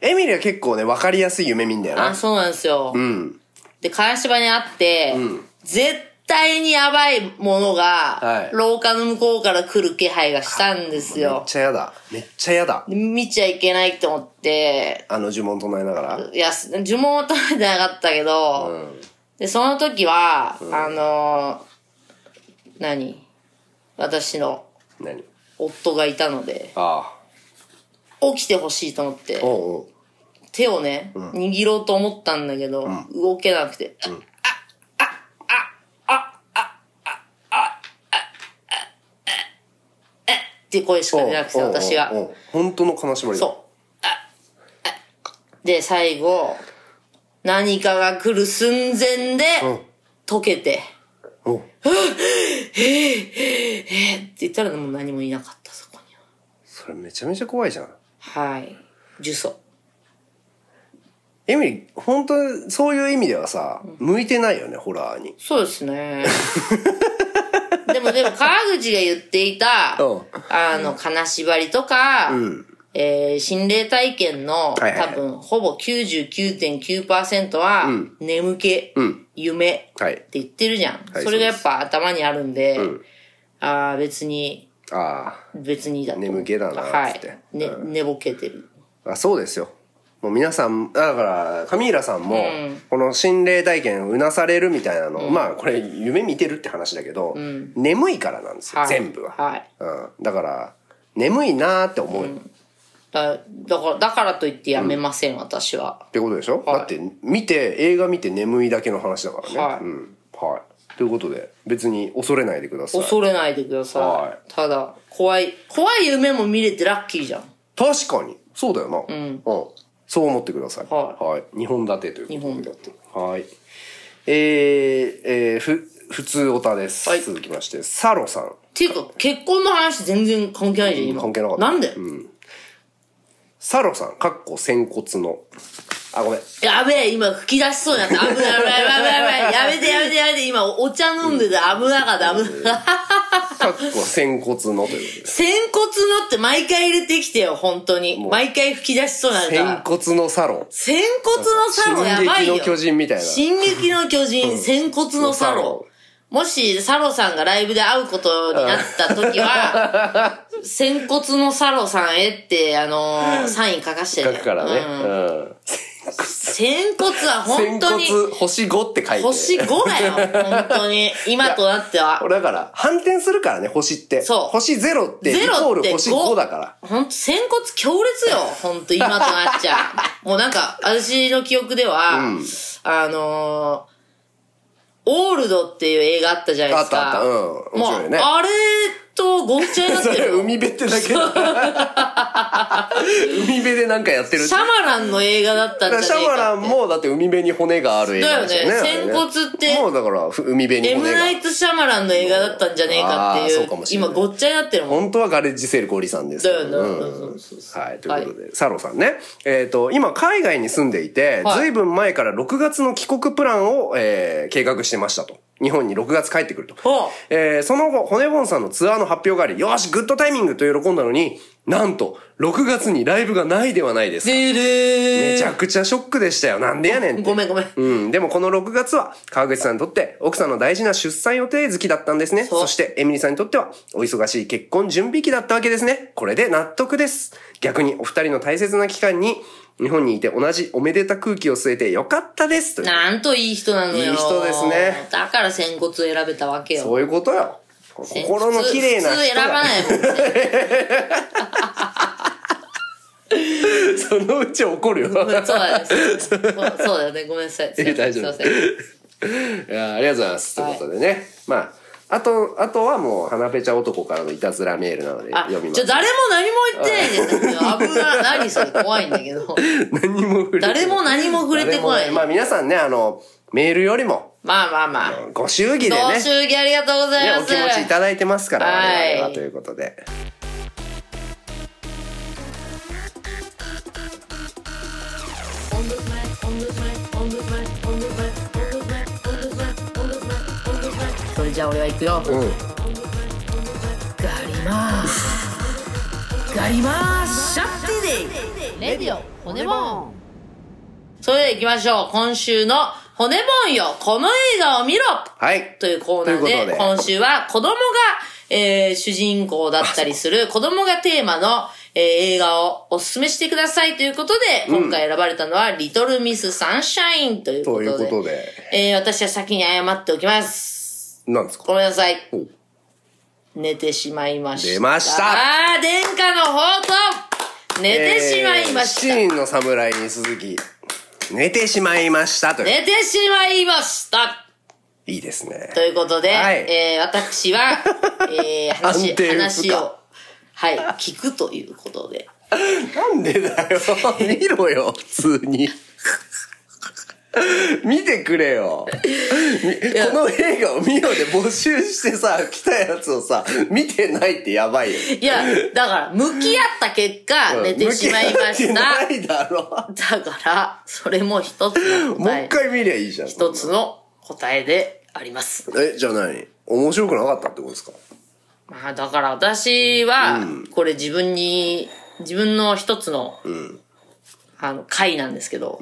[SPEAKER 3] エミリは結構ね、分かりやすい夢見んだよ
[SPEAKER 2] あ、
[SPEAKER 3] な。
[SPEAKER 2] そうなんですよ。
[SPEAKER 3] うん。
[SPEAKER 2] で、金縛りにあって、絶対にやばいものが、
[SPEAKER 3] はい
[SPEAKER 2] 廊下の向こうから来る気配がしたんです
[SPEAKER 3] めっ
[SPEAKER 2] よ。
[SPEAKER 3] ちゃやだ。めっちゃやだ。
[SPEAKER 2] で見ちゃいけないと思って、
[SPEAKER 3] あの呪文唱えながら。
[SPEAKER 2] いや、す呪文を唱えてなかったけど、で、その時は、あのー何私の
[SPEAKER 3] 何
[SPEAKER 2] 夫がいたので、
[SPEAKER 3] あ
[SPEAKER 2] 起きてほしいと思って
[SPEAKER 3] あ。、おうおう。
[SPEAKER 2] 手をね、握ろうと思ったんだけど、動けなくて、って声しか出なくて、
[SPEAKER 3] おうおうおう
[SPEAKER 2] 私が
[SPEAKER 3] お。う本当の悲しまりだ。
[SPEAKER 2] そう。で、最後、何かが来る寸前で、
[SPEAKER 3] うん
[SPEAKER 2] 溶けて、
[SPEAKER 3] おう。
[SPEAKER 2] えって言ったらもう何もいなかった、そこに
[SPEAKER 3] それめちゃめちゃ怖いじゃん。
[SPEAKER 2] は。はい。呪詛。
[SPEAKER 3] エミリ、本当そういう意味ではさ、向いてないよね、ホラーに。
[SPEAKER 2] そうですね。でもでも、川口が言っていた、
[SPEAKER 3] うん
[SPEAKER 2] あの、金縛りとか、
[SPEAKER 3] うん。
[SPEAKER 2] えー心霊体験の、
[SPEAKER 3] はいはいはい
[SPEAKER 2] 多分、ほぼ99.9%は、眠気、
[SPEAKER 3] ん
[SPEAKER 2] 夢、
[SPEAKER 3] はい
[SPEAKER 2] って言ってるじゃん。
[SPEAKER 3] はい
[SPEAKER 2] それがやっぱ頭にあるんで、ああ、別に、
[SPEAKER 3] あ
[SPEAKER 2] 別にだと。
[SPEAKER 3] 眠気だな
[SPEAKER 2] は
[SPEAKER 3] つっ
[SPEAKER 2] い
[SPEAKER 3] て。
[SPEAKER 2] ね、寝ぼけてる。
[SPEAKER 3] あ。あ、そうですよ。もう皆さん、あだから、カミーラさんも、
[SPEAKER 2] うん
[SPEAKER 3] この心霊体験をうなされるみたいなの、まあこれ夢見てるって話だけど、眠いからなんですよ、
[SPEAKER 2] はい
[SPEAKER 3] 全部は。
[SPEAKER 2] はい。
[SPEAKER 3] うん、だから眠いなーって思う、っ
[SPEAKER 2] だだから、だからといってやめません、私は。
[SPEAKER 3] てことでしょ、
[SPEAKER 2] はい
[SPEAKER 3] だって見て映画見て眠いだけの話だからね
[SPEAKER 2] はい
[SPEAKER 3] うんはい、ということで、別に恐れないでください。
[SPEAKER 2] 恐れないでください。
[SPEAKER 3] は
[SPEAKER 2] ただ、怖い、怖い夢も見れてラッキーじゃん。
[SPEAKER 3] 確かに。そうだよな。うん。そう思ってください。。
[SPEAKER 2] はい
[SPEAKER 3] 二本立てということで。
[SPEAKER 2] 二本立て。
[SPEAKER 3] はい。えー、えー、ふ、普通おたです。
[SPEAKER 2] はい
[SPEAKER 3] 続きまして、サロさん。
[SPEAKER 2] ていうか、結婚の話全然関係ないじゃん、今。
[SPEAKER 3] 関係なかった。
[SPEAKER 2] なんで、
[SPEAKER 3] うん。サロさん、かっこ仙骨の。あ、ごめん。
[SPEAKER 2] やべえ、今吹き出しそうになった。危ない、危ない、危ない、危ない。やめて、やめて、やめて。今、お茶飲んでて危なかった、危なかった。
[SPEAKER 3] かっこ仙骨のということです。
[SPEAKER 2] 仙骨のって毎回入れてきてよ、本当に。
[SPEAKER 3] う
[SPEAKER 2] 毎回吹き出しそうになるか
[SPEAKER 3] 仙
[SPEAKER 2] ら。
[SPEAKER 3] 骨のサロ。
[SPEAKER 2] 仙骨のサロやばい
[SPEAKER 3] 進
[SPEAKER 2] よ。
[SPEAKER 3] 撃の巨人みたいな。
[SPEAKER 2] 進撃の巨人、仙骨のサロ。もし、サロさんがライブで会うことになった時は、 仙骨のサロさんへって、あのーサイン書かして
[SPEAKER 3] 書くからね。
[SPEAKER 2] うん
[SPEAKER 3] うん。
[SPEAKER 2] 仙骨は本
[SPEAKER 3] 仙
[SPEAKER 2] 当
[SPEAKER 3] 骨
[SPEAKER 2] に、
[SPEAKER 3] 星5って書いて。
[SPEAKER 2] 星5だ よ、本当に。今となっては
[SPEAKER 3] こ。れだから、反転するからね、星って。
[SPEAKER 2] そう
[SPEAKER 3] 星0って、イ
[SPEAKER 2] ゼロって
[SPEAKER 3] コール星
[SPEAKER 2] 五
[SPEAKER 3] 5だから。
[SPEAKER 2] 本当仙骨強烈よ。本当今となっちゃう。もうなんか、私の記憶では、
[SPEAKER 3] うん
[SPEAKER 2] あのーオールドっていう映画あったじゃないですか。
[SPEAKER 3] あったあったうん面白いよね
[SPEAKER 2] もうあれとごっちゃになっ
[SPEAKER 3] そ
[SPEAKER 2] て
[SPEAKER 3] れ
[SPEAKER 2] る。
[SPEAKER 3] 海辺ってだけだ 海辺でなんかやってる
[SPEAKER 2] シャマランの映画だったんじゃねえか
[SPEAKER 3] シャマラン
[SPEAKER 2] って。
[SPEAKER 3] も、だって海辺に骨がある映画ですよね。
[SPEAKER 2] だよね
[SPEAKER 3] あれね
[SPEAKER 2] 仙骨って
[SPEAKER 3] もうだから、ふ海辺に
[SPEAKER 2] エム
[SPEAKER 3] 骨
[SPEAKER 2] ナイ
[SPEAKER 3] が。
[SPEAKER 2] ト・シャマランの映画だったんじゃねえかってい
[SPEAKER 3] あ
[SPEAKER 2] う。
[SPEAKER 3] ーそうかもしれな
[SPEAKER 2] 今
[SPEAKER 3] い
[SPEAKER 2] ごっちゃになってるもん。
[SPEAKER 3] 本当はガレージセールゴリさんですけど。
[SPEAKER 2] だよね
[SPEAKER 3] うん
[SPEAKER 2] そうそうそう
[SPEAKER 3] はい、ということで、サロさんね。えっと、今海外に住んでいて、
[SPEAKER 2] はい
[SPEAKER 3] ずいぶん前から6月の帰国プランをえー計画してましたと。日本に6月帰ってくると。
[SPEAKER 2] ほう
[SPEAKER 3] えーその後、骨ボンさんのツアーの発表があり、よし、グッドタイミングと喜んだのに、なんと、6月にライブがないではないですか。
[SPEAKER 2] でるー
[SPEAKER 3] めちゃくちゃショックでしたよ。なんでやねんって。
[SPEAKER 2] ごめんごめん
[SPEAKER 3] うん。でもこの6月は、川口さんにとって、奥さんの大事な出産予定月だったんですね。
[SPEAKER 2] そう
[SPEAKER 3] そして、エミリさんにとっては、お忙しい結婚準備期だったわけですね。これで納得です。逆に、お二人の大切な期間に、日本にいて同じおめでた空気を吸えてよかったです。という
[SPEAKER 2] なんといい人なのよ。
[SPEAKER 3] いい人ですね。
[SPEAKER 2] だから仙骨選べたわけよ。
[SPEAKER 3] そういうことよ。心の綺麗な人
[SPEAKER 2] 普
[SPEAKER 3] が。
[SPEAKER 2] 通普通選ばないもんね。
[SPEAKER 3] そのうち怒るよ。
[SPEAKER 2] そうだね。そうそうだよね。ごめんなさ い。すいません
[SPEAKER 3] 大丈夫
[SPEAKER 2] すいません
[SPEAKER 3] いやありがとうございます。と
[SPEAKER 2] はい
[SPEAKER 3] いうことでね。まあ、あと、あとはもう、花ぺちゃ男からのいたずらメールなので
[SPEAKER 2] あ、
[SPEAKER 3] 読みま
[SPEAKER 2] ち
[SPEAKER 3] す
[SPEAKER 2] ょ、。誰も何も言ってないじゃん。危ない。何それ怖いんだけ ど。
[SPEAKER 3] 何も触れて
[SPEAKER 2] 誰も何も触れてこな
[SPEAKER 3] 誰
[SPEAKER 2] い。
[SPEAKER 3] もま
[SPEAKER 2] ま
[SPEAKER 3] あ皆さんね、あの、メールよりも、
[SPEAKER 2] あまあまあ。
[SPEAKER 3] ご祝儀でね、
[SPEAKER 2] ご祝儀ありがとうござ
[SPEAKER 3] ね
[SPEAKER 2] い
[SPEAKER 3] お
[SPEAKER 2] ます。
[SPEAKER 3] 気持ちいただいてますから、
[SPEAKER 2] はい
[SPEAKER 3] 我々はということで。
[SPEAKER 2] それじゃあ俺は行くよ。
[SPEAKER 3] うん。
[SPEAKER 2] ガリマー。ガリマーシャッティデイ
[SPEAKER 4] レディオ骨もん
[SPEAKER 2] それでは行きましょう。今週の骨本よ。この映画を見ろ
[SPEAKER 3] はい。
[SPEAKER 2] というコーナー
[SPEAKER 3] というこ
[SPEAKER 2] で、
[SPEAKER 3] とで
[SPEAKER 2] 今週は子供が、えー主人公だったりする子供がテーマの、えー映画をおすすめしてくださいということで、今回選ばれたのは、リトルミスサンシャインということ
[SPEAKER 3] とい
[SPEAKER 2] で。
[SPEAKER 3] うことで、
[SPEAKER 2] えー私は先に謝っておきます。
[SPEAKER 3] なんですか
[SPEAKER 2] ごめんなさい
[SPEAKER 3] お。
[SPEAKER 2] 寝てしまいました。
[SPEAKER 3] 出ました
[SPEAKER 2] あー、殿下の宝刀寝てしまいました。
[SPEAKER 3] えー七人の侍に続き、寝てしまいましたという。
[SPEAKER 2] 寝てしまいました
[SPEAKER 3] いいですね。
[SPEAKER 2] ということで、
[SPEAKER 3] はい
[SPEAKER 2] えー私 は、えー、話
[SPEAKER 3] 安定不可
[SPEAKER 2] 話を、はい、聞くということで。
[SPEAKER 3] なんでだ よ。見ろよ、普通に。見てくれよ。みこの映画を見ようで募集してさ、来たやつをさ、見てないってやばいよ。
[SPEAKER 2] い や、だから、向き合った結果、寝てしまいまし
[SPEAKER 3] 向き合って
[SPEAKER 2] た。
[SPEAKER 3] ないだろ。
[SPEAKER 2] だから、それも一つの
[SPEAKER 3] もう
[SPEAKER 2] 答
[SPEAKER 3] 一
[SPEAKER 2] え、
[SPEAKER 3] 回見りゃいいじゃん。
[SPEAKER 2] 一つの答えであります。
[SPEAKER 3] え、じゃあ何面白くなかったってことですか
[SPEAKER 2] まあ、だから私は、これ自分に、自分の一つの、あの、回なんですけど、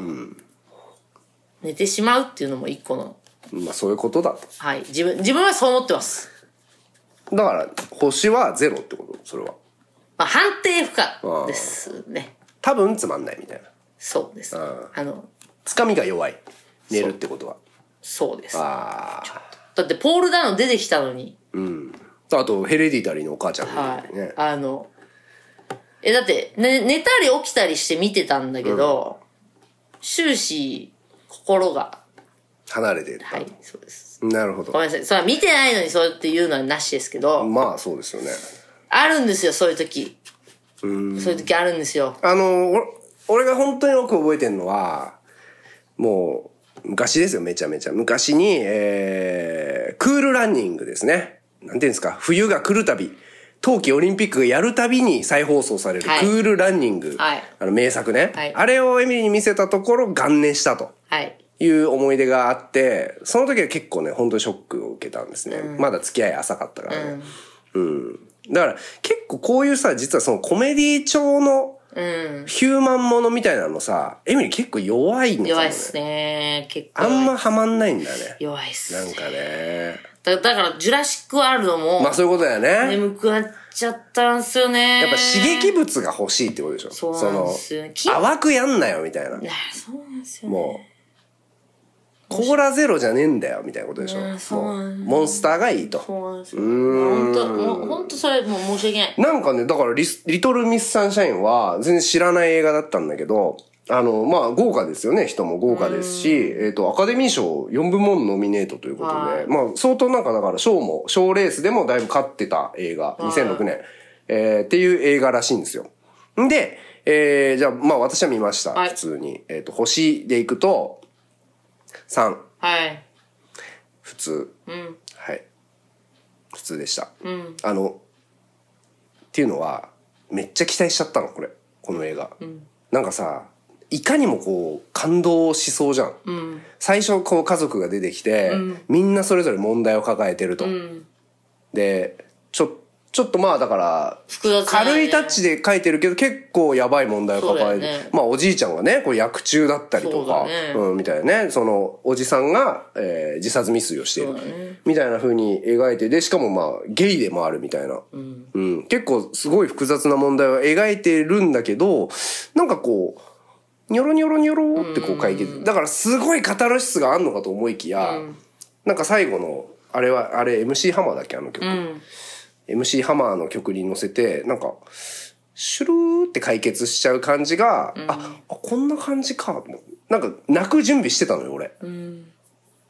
[SPEAKER 2] 寝てしまうっていうのも一個の、
[SPEAKER 3] まあそういうことだと。
[SPEAKER 2] はい、自分、自分はそう思ってます。
[SPEAKER 3] だから、星はゼロってことそれは。
[SPEAKER 2] まあ、判定不可ですね。
[SPEAKER 3] 多分つまんないみたいな。
[SPEAKER 2] そうです。
[SPEAKER 3] ん
[SPEAKER 2] あの、
[SPEAKER 3] つかみが弱い。寝るってことは。
[SPEAKER 2] そうです。だ
[SPEAKER 3] ああ。
[SPEAKER 2] って、ポール・ダウン出てきたのに、
[SPEAKER 3] あと、ヘレディタリーのお母ちゃんみた
[SPEAKER 2] はい
[SPEAKER 3] にね。
[SPEAKER 2] い。あの、え、だって、ね、寝たり起きたりして見てたんだけど、終始、心が
[SPEAKER 3] 離れていった
[SPEAKER 2] はい、そうです。
[SPEAKER 3] なるほど
[SPEAKER 2] ごめんなさい。それは見てないのにそうやって言うのはなしですけど、
[SPEAKER 3] まあそうですよね
[SPEAKER 2] あるんですよ、そういう時。そういう時あるんですよ。
[SPEAKER 3] あのお俺が本当によく覚えてるのはもう昔ですよめちゃめちゃ昔に、えー、クールランニングですねなんていうんですか冬が来るたび冬季オリンピックがやるたびに再放送される、
[SPEAKER 2] はい
[SPEAKER 3] クールランニング、
[SPEAKER 2] はい
[SPEAKER 3] あの名作ね、
[SPEAKER 2] はい
[SPEAKER 3] あれをエミリーに見せたところ元年したと。
[SPEAKER 2] はい。
[SPEAKER 3] いう思い出があって、その時は結構ね、本当にショックを受けたんですね。まだ付き合い浅かったからね。うん。だから結構こういうさ、実はそのコメディ調の
[SPEAKER 2] うん。
[SPEAKER 3] ヒューマンものみたいなのさ、エミリー結構弱いんだよね。
[SPEAKER 2] 弱いっすね。結構。
[SPEAKER 3] あんまハマんないんだね。
[SPEAKER 2] 弱いっす。
[SPEAKER 3] なんかね。
[SPEAKER 2] だだから、ジュラシックワールドも
[SPEAKER 3] まあ、そういうことだよね。
[SPEAKER 2] 眠くなっちゃったんすよね。
[SPEAKER 3] やっぱ刺激物が欲しいってことでしょ。
[SPEAKER 2] そうなんですよね
[SPEAKER 3] その、淡くやんなよみたいな。
[SPEAKER 2] いや、そうなんですよね。
[SPEAKER 3] もう、コーラゼロじゃねえんだよみたいなことでしょ。
[SPEAKER 2] うんそう
[SPEAKER 3] も
[SPEAKER 2] な
[SPEAKER 3] うん
[SPEAKER 2] だ
[SPEAKER 3] モンスターがいいと。
[SPEAKER 2] そうなんですよ。
[SPEAKER 3] ー
[SPEAKER 2] 本
[SPEAKER 3] ん
[SPEAKER 2] 当もう本当それ、もう申し訳ない。
[SPEAKER 3] なんかね、だからリス、リトルミス・サンシャインは全然知らない映画だったんだけど、あの、まあ、豪華ですよね、人も豪華ですし、えっ、と、アカデミー賞4部門ノミネートということ
[SPEAKER 2] は
[SPEAKER 3] で、
[SPEAKER 2] い
[SPEAKER 3] まあ、相当なんかだから賞も、賞レースでもだいぶ勝ってた映画、
[SPEAKER 2] い
[SPEAKER 3] 2006年、えーっていう映画らしいんですよ。んで、えーじゃあ、まあ、私は見ました、
[SPEAKER 2] はい
[SPEAKER 3] 普通に。えっ、と、星でいくと、3、
[SPEAKER 2] はい。
[SPEAKER 3] 普通。
[SPEAKER 2] うん。
[SPEAKER 3] はい。普通でした。
[SPEAKER 2] うん。
[SPEAKER 3] あの、っていうのは、めっちゃ期待しちゃったの、これ。この映画。なんかさ、いかにもこう、感動しそうじゃん。
[SPEAKER 2] うん。
[SPEAKER 3] 最初、こう、家族が出てきて、
[SPEAKER 2] うん
[SPEAKER 3] みんなそれぞれ問題を抱えてると。
[SPEAKER 2] うん。
[SPEAKER 3] で、ちょ、ちょっとまあだから、
[SPEAKER 2] 複雑なね
[SPEAKER 3] 軽いタッチで書いてるけど、結構やばい問題を抱え
[SPEAKER 2] そうだ
[SPEAKER 3] て、
[SPEAKER 2] よね
[SPEAKER 3] まあおじいちゃんがね、これ薬中だったり
[SPEAKER 2] そう
[SPEAKER 3] とか、
[SPEAKER 2] だね
[SPEAKER 3] うん、みたいなね、その、おじさんが、えー自殺未遂をしている、
[SPEAKER 2] そうだね
[SPEAKER 3] みたいな風に描いて、で、しかもまあ、ゲイでもあるみたいな、うん、結構すごい複雑な問題を描いてるんだけど、なんかこう、ニョロニョロニョロってこう書いてる。だからすごいカタルシスがあんのかと思いきや、なんか最後の、あれは、あれ MC ハマーだっけあの曲。
[SPEAKER 2] うん。
[SPEAKER 3] MC ハマーの曲に乗せてなんかシュルーって解決しちゃう感じが、ああこんな感じかと思ってなんか泣く準備してたのよ俺、
[SPEAKER 2] ん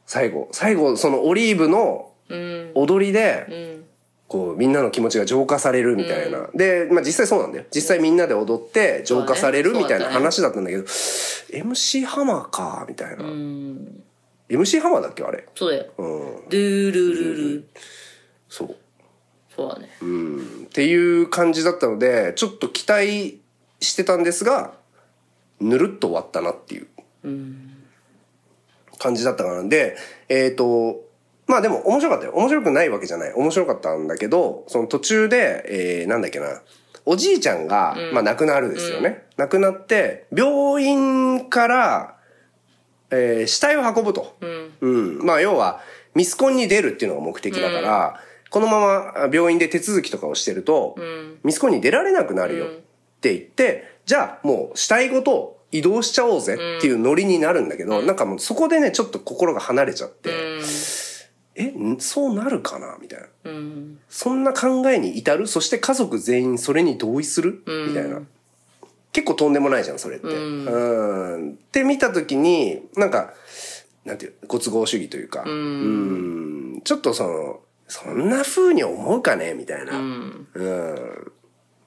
[SPEAKER 3] 最後最後そのオリーブの
[SPEAKER 2] うん。
[SPEAKER 3] 踊りで、
[SPEAKER 2] うん。
[SPEAKER 3] こうみんなの気持ちが浄化されるみたいな、で、まあ、実際そうなんだよ実際みんなで踊って浄化されるみたいな話だったんだけど、MC ハマーかみたいな、
[SPEAKER 2] うん。
[SPEAKER 3] MC ハマーだっけあれ
[SPEAKER 2] そうだよ。
[SPEAKER 3] うん
[SPEAKER 2] ドゥルルル。
[SPEAKER 3] そう
[SPEAKER 2] そうだね。
[SPEAKER 3] っていう感じだったのでちょっと期待してたんですがぬるっと終わったなっていう感じだったからでえっ、とまあでも面白かったよ面白くないわけじゃない面白かったんだけどその途中で、えーなんだっけなおじいちゃんが、まあ、亡くなるですよね、亡くなって病院から、えー死体を運ぶと。
[SPEAKER 2] うん。
[SPEAKER 3] うん。まあ、要は、ミスコンに出るっていうのが目的だから、このまま病院で手続きとかをしてると、
[SPEAKER 2] ん
[SPEAKER 3] ミスコンに出られなくなるよって言って、じゃあもう死体ごと移動しちゃおうぜっていうノリになるんだけど、なんかもうそこでね、ちょっと心が離れちゃって、え、んそうなるかなみたいな。
[SPEAKER 2] うん。
[SPEAKER 3] そんな考えに至るそして家族全員それに同意する、みたいな。結構とんでもないじゃん、それって。うん。って見たときに、なんか、なんていう、ご都合主義というか、うんんちょっとその、そんな風に思うかねみたいな。
[SPEAKER 2] うん。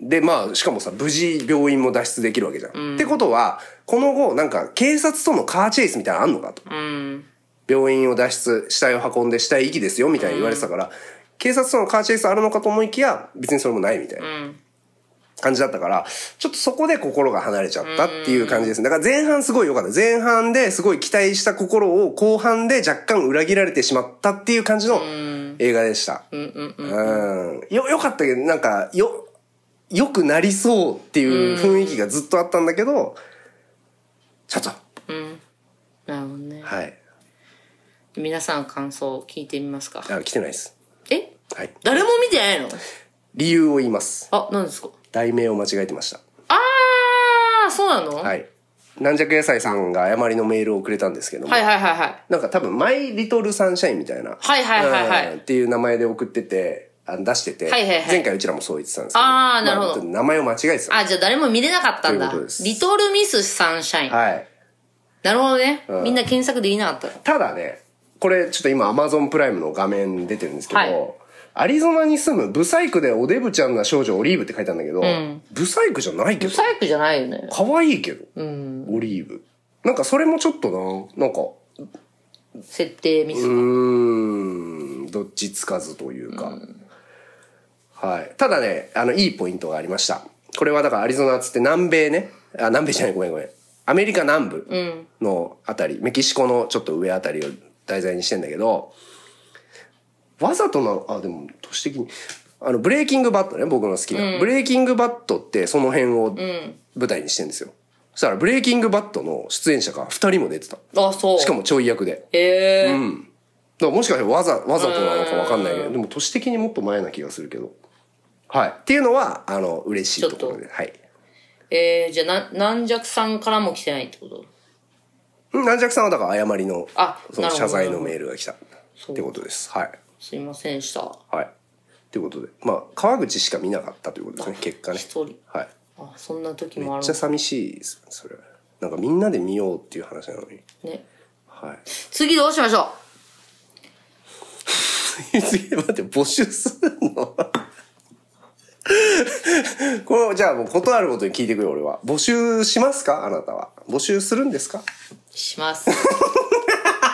[SPEAKER 3] で、まあ、しかもさ、無事病院も脱出できるわけじゃん。ってことは、この後、なんか、警察とのカーチェイスみたいなのあんのかと。
[SPEAKER 2] うん。
[SPEAKER 3] 病院を脱出、死体を運んで死体遺棄ですよ、みたいに言われてたから、警察とのカーチェイスあるのかと思いきや、別にそれもないみたいな
[SPEAKER 2] うん。
[SPEAKER 3] 感じだったから、ちょっとそこで心が離れちゃったっていう感じですね。だから前半すごい良かった。前半ですごい期待した心を後半で若干裏切られてしまったっていう感じの映画でした。
[SPEAKER 2] うん。うん。
[SPEAKER 3] うん。よ、良かったけど、なんか、よ、良くなりそうっていう雰囲気がずっとあったんだけど、ちょっと、
[SPEAKER 2] なるほどね。
[SPEAKER 3] はい。
[SPEAKER 2] 皆さん感想聞いてみますか。
[SPEAKER 3] あ、来てないです。
[SPEAKER 2] え
[SPEAKER 3] はい。
[SPEAKER 2] 誰も見てないの
[SPEAKER 3] 理由を言います。
[SPEAKER 2] あ、何ですか
[SPEAKER 3] 題名を間違えてました。
[SPEAKER 2] あー、そうなのは
[SPEAKER 3] はいい。軟弱野菜さんが誤りのメールをくれたんですけども、
[SPEAKER 2] はいはいはい。
[SPEAKER 3] なんか多分、マイ・リトル・サンシャインみたいな、
[SPEAKER 2] はいはいはいはい
[SPEAKER 3] うんっていう名前で送ってて、あ出してて、
[SPEAKER 2] はいはいはい
[SPEAKER 3] 前回うちらもそう言ってたんですけど、
[SPEAKER 2] あーなるほど
[SPEAKER 3] まちょっと名前を間違えてた。
[SPEAKER 2] あ、じゃあ誰も見れなかったんだ
[SPEAKER 3] ということで。す
[SPEAKER 2] リトルミスサンシャイン。
[SPEAKER 3] はい。
[SPEAKER 2] なるほどね
[SPEAKER 3] う。ん
[SPEAKER 2] みんな検索できなかった。
[SPEAKER 3] ただね、これちょっと今アマゾンプライムの画面出てるんですけど、
[SPEAKER 2] はい
[SPEAKER 3] アリゾナに住むブサイクでおデブちゃんな少女オリーブって書いてあるんだけど、
[SPEAKER 2] ん
[SPEAKER 3] ブサイクじゃないけど
[SPEAKER 2] ブ、サイクじゃないよね。
[SPEAKER 3] 可愛いけど、
[SPEAKER 2] うん。
[SPEAKER 3] オリーブ。なんかそれもちょっとな、なんか、
[SPEAKER 2] 設定ミ
[SPEAKER 3] う
[SPEAKER 2] ス。
[SPEAKER 3] ーん、どっちつかずというか。はい。ただね、あの、いいポイントがありました。これはだからアリゾナっつって南米ね。あ、南米じゃない、ごめんごめん。アメリカ南部のあたり、メキシコのちょっと上あたりを題材にしてんだけど、わざとな、あ、でも、都市的に、あの、ブレイキングバットね、僕の好きな。ブレイキングバットってその辺を舞台にしてんですよ。そしたら、ブレイキングバットの出演者が2人も出てた。
[SPEAKER 2] あ、そう。
[SPEAKER 3] しか。もちょい役で。
[SPEAKER 2] へえ。
[SPEAKER 3] だからもしかしたらわざ、わざとなのかわかんないけど、でも都市的にもっと前な気がするけど。はい。っていうのは、あの、嬉しいところで。はい。
[SPEAKER 2] えー、じゃあ、な、軟弱さんからも来てないってこと
[SPEAKER 3] うん軟弱さんはだから誤りの、
[SPEAKER 2] あ
[SPEAKER 3] そ
[SPEAKER 2] な
[SPEAKER 3] の
[SPEAKER 2] るほど
[SPEAKER 3] 謝罪のメールが来た。っ
[SPEAKER 2] う
[SPEAKER 3] てことです。はい。
[SPEAKER 2] すいませんでした。
[SPEAKER 3] はい。ということで。まあ、川口しか見なかったということですね、結果ね。
[SPEAKER 2] 一人。
[SPEAKER 3] はい。
[SPEAKER 2] あ、そんな時
[SPEAKER 3] め
[SPEAKER 2] もあ
[SPEAKER 3] っ
[SPEAKER 2] る
[SPEAKER 3] ちゃ寂しいですね、それは。なんかみんなで見ようっていう話なのに。
[SPEAKER 2] ね。
[SPEAKER 3] はい。
[SPEAKER 2] 次どうしましょ
[SPEAKER 3] 次、待って、募集すんの これ、じゃあもう断ることに聞いてくれ、俺は。募集しますかあなたは。募集するんですか
[SPEAKER 2] うします。 だ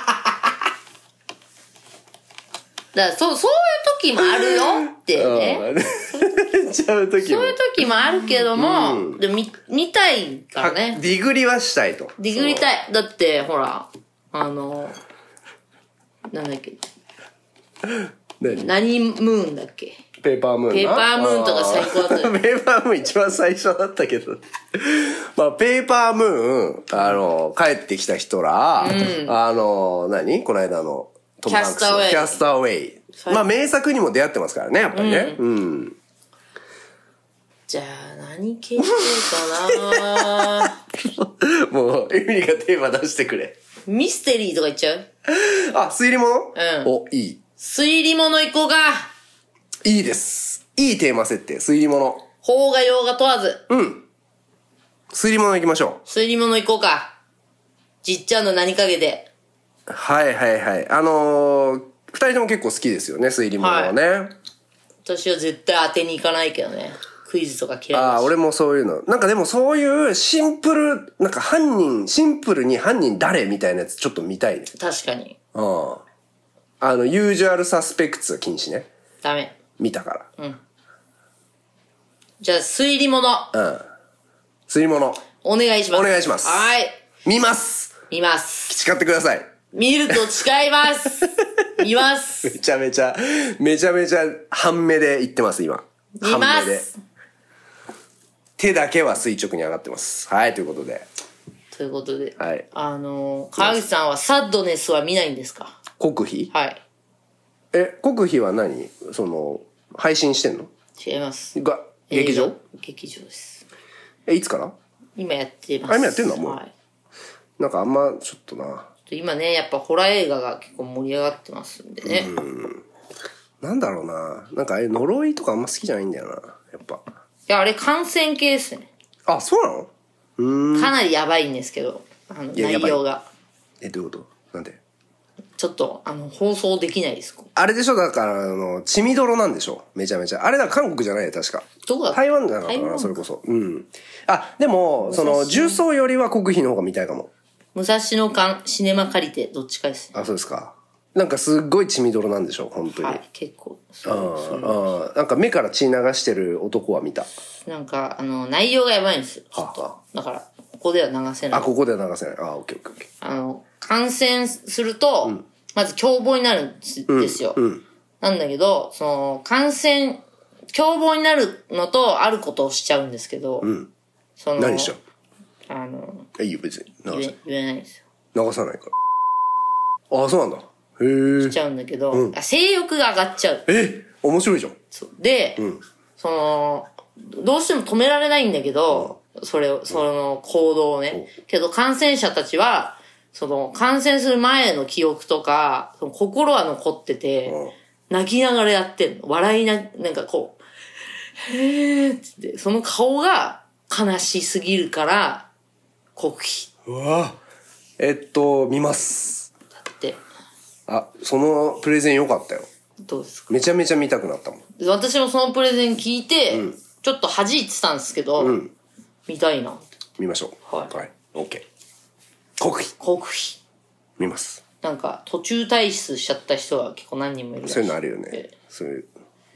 [SPEAKER 2] から、そう、そういう時もあるよってね。
[SPEAKER 3] うん ちゃう時も
[SPEAKER 2] そういう時もあるけども、でも見、見たいから
[SPEAKER 3] あ
[SPEAKER 2] ね。
[SPEAKER 3] ディグリはしたいと。
[SPEAKER 2] ディグりたい。だって、ほら、あの、なんだっけ、
[SPEAKER 3] 何
[SPEAKER 2] 何ムーンだっけ。
[SPEAKER 3] ペーパームーンな
[SPEAKER 2] ペーパームーンとか最高だったよ
[SPEAKER 3] あーペーパームーン一番最初だったけど。 まあ、ペーパームーン、あの、帰ってきた人ら、あの、何この間のトムハンクスの
[SPEAKER 2] キ
[SPEAKER 3] キ
[SPEAKER 2] ャ
[SPEAKER 3] ャ
[SPEAKER 2] ス
[SPEAKER 3] スターウェイ。まあ、名作にも出会ってますからね、やっぱりね。うん
[SPEAKER 2] じゃあ、何系かな
[SPEAKER 3] もう、エミリがテーマ出してくれ。
[SPEAKER 2] ミステリーとか言っちゃう
[SPEAKER 3] あ、推理物
[SPEAKER 2] うん
[SPEAKER 3] お、いい。
[SPEAKER 2] 推理物行こうか
[SPEAKER 3] いいです。いいテーマ設定、推理物。
[SPEAKER 2] 法が用が問わず。
[SPEAKER 3] 推理物行きましょ
[SPEAKER 2] 推理物行こうか。じっちゃんの何かけて。
[SPEAKER 3] う。はいはいはい。あのー、二人とも結構好きですよね、推理物はね。
[SPEAKER 2] 私は絶対当てに行かないけどね。クイズとか嫌い
[SPEAKER 3] あ
[SPEAKER 2] だ
[SPEAKER 3] あ、
[SPEAKER 2] し。
[SPEAKER 3] 俺もそういうの。なんかでもそういうシンプル、なんか犯人、シンプルに犯人誰みたいなやつちょっと見たいね。
[SPEAKER 2] 確かに。
[SPEAKER 3] うん。あの、ユージュアルサスペクツは禁止ね。
[SPEAKER 2] ダメ。
[SPEAKER 3] 見たから。
[SPEAKER 2] じゃあ、推理物。
[SPEAKER 3] 推理物。
[SPEAKER 2] お願いします。
[SPEAKER 3] お願いします
[SPEAKER 2] はーい。
[SPEAKER 3] 見ます
[SPEAKER 2] 見ます。
[SPEAKER 3] 誓ってください。
[SPEAKER 2] 見ると誓います。 見ます。
[SPEAKER 3] めちゃめちゃ、めちゃめちゃ半目で言ってます、今。
[SPEAKER 2] 見ま
[SPEAKER 3] 半目で。
[SPEAKER 2] す。
[SPEAKER 3] 手だけは垂直に上がってます。はい、ということで。
[SPEAKER 2] ということで、
[SPEAKER 3] はい
[SPEAKER 2] あのー、川口さんはサッドネスは見ないんですか
[SPEAKER 3] 国費
[SPEAKER 2] はい。
[SPEAKER 3] え、国費は何その、配信してんの
[SPEAKER 2] 違います。
[SPEAKER 3] が、劇
[SPEAKER 2] 映
[SPEAKER 3] 場
[SPEAKER 2] 画劇場です。
[SPEAKER 3] え、いつから
[SPEAKER 2] 今やってます。
[SPEAKER 3] あ今やってんだもう
[SPEAKER 2] はい。
[SPEAKER 3] なんかあんま、ちょっとな。
[SPEAKER 2] 今ね、やっぱホラー映画が結構盛り上がってますんでね。い
[SPEAKER 3] なんだろうな。なんかああいう呪いとかあんま好きじゃないんだよな。やっぱ。
[SPEAKER 2] や、あれ感染系ですね。
[SPEAKER 3] あ、そうなの
[SPEAKER 2] かなりやばいんですけど、あの、
[SPEAKER 3] いや
[SPEAKER 2] 内容が。
[SPEAKER 3] え、どういうことなんで
[SPEAKER 2] ちょっと、あの、放送できないです。
[SPEAKER 3] あれでしょだから、あの、血みどろなんでしょめちゃめちゃ。あれだ、韓国じゃないよ確か。
[SPEAKER 2] どこだ
[SPEAKER 3] 台湾じゃなかったか
[SPEAKER 2] 台
[SPEAKER 3] な、
[SPEAKER 2] 湾
[SPEAKER 3] それこそ。うん。あ、でも、その、重曹よりは国費の方が見たいかも。
[SPEAKER 2] 武蔵野館、シネマ借りて、どっちかですね。
[SPEAKER 3] あ、そうですか。なんかすっごい血みどろなんでしょ本当に。
[SPEAKER 2] はい、結構。そう
[SPEAKER 3] うんうんなんか目から血流してる男は見た。
[SPEAKER 2] なんか、あの、内容がやばいんですよ。ちょっ
[SPEAKER 3] はあは
[SPEAKER 2] と。だから、ここでは流せない。
[SPEAKER 3] あ、
[SPEAKER 2] あ
[SPEAKER 3] ここでは流せない。あ、オッケーオッケーオッケ
[SPEAKER 2] の、感染すると、まず凶暴になるんですですよ。なんだけど、その、感染、凶暴になるのと、あることをしちゃうんですけど、その
[SPEAKER 3] ー。何しちゃう
[SPEAKER 2] あの、
[SPEAKER 3] えいいよ、別に。流
[SPEAKER 2] 言
[SPEAKER 3] さ
[SPEAKER 2] え言えないんですよ。
[SPEAKER 3] 流さないから。あ、そうなんだ。へ
[SPEAKER 2] しちゃうんだけど、あ性欲が上がっちゃう。
[SPEAKER 3] え。え面白いじゃん。
[SPEAKER 2] そうで、その、どうしても止められないんだけど、それを、その行動をね。けど感染者たちは、その、感染する前の記憶とか、その心は残ってて、泣きながらやってんの。笑いな、なんかこう、へーっつって、その顔が悲しすぎるから、国費
[SPEAKER 3] うわえっと、見ます。
[SPEAKER 2] だって。
[SPEAKER 3] あ、そのプレゼン良かったよ。
[SPEAKER 2] どうですか
[SPEAKER 3] めちゃめちゃ見たくなったもん。
[SPEAKER 2] 私もそのプレゼン聞いて、ちょっと弾いてたんですけど、
[SPEAKER 3] うん。
[SPEAKER 2] 見たいなって
[SPEAKER 3] 見ましょう。
[SPEAKER 2] はい
[SPEAKER 3] はい。OK。国費。
[SPEAKER 2] 国費
[SPEAKER 3] 見ます。
[SPEAKER 2] なんか途中退出しちゃった人は結構何人もいるらし
[SPEAKER 3] そういうのあるよね
[SPEAKER 2] ええ。
[SPEAKER 3] そういう、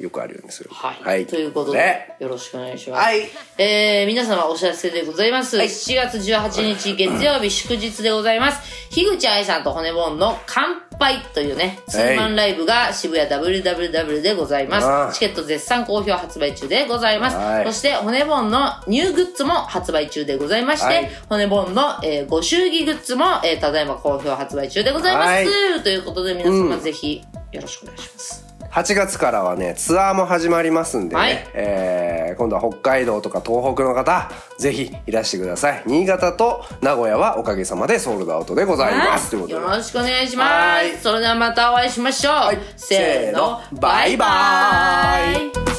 [SPEAKER 3] よくあるよね、そういうの。
[SPEAKER 2] はい、ということで、よろしくお願いします。
[SPEAKER 3] はい。
[SPEAKER 2] えー、皆様お知らせでございます。7月18日月 曜日祝日でございます。樋口愛さんと骨ボーンの乾杯というね、ツーマンライブが渋谷 WWW でござい
[SPEAKER 3] あ
[SPEAKER 2] ま
[SPEAKER 3] あ
[SPEAKER 2] す。チケット絶賛好評発売中でございま
[SPEAKER 3] は
[SPEAKER 2] す。
[SPEAKER 3] い
[SPEAKER 2] そして骨ボーンのニューグッズも発売中でございまして、
[SPEAKER 3] はい
[SPEAKER 2] 骨ボーンの、えーご祝儀グッズも、えーただいま好評発売中でございます。
[SPEAKER 3] はい
[SPEAKER 2] ということで皆様、
[SPEAKER 3] うん
[SPEAKER 2] ぜひよろしくお願いします。
[SPEAKER 3] 8月からはね、ツアーも始まりますんでね、
[SPEAKER 2] はい
[SPEAKER 3] えー今度は北海道とか東北の方、ぜひいらしてください。新潟と名古屋はおかげさまでソールドアウトでございます。ということ
[SPEAKER 2] よ
[SPEAKER 3] で。
[SPEAKER 2] ろしくお願いし
[SPEAKER 3] は
[SPEAKER 2] ま
[SPEAKER 3] い
[SPEAKER 2] すそれではまたお会いしましょう、
[SPEAKER 3] い
[SPEAKER 2] せーの
[SPEAKER 3] せーのバイバーイ
[SPEAKER 2] イ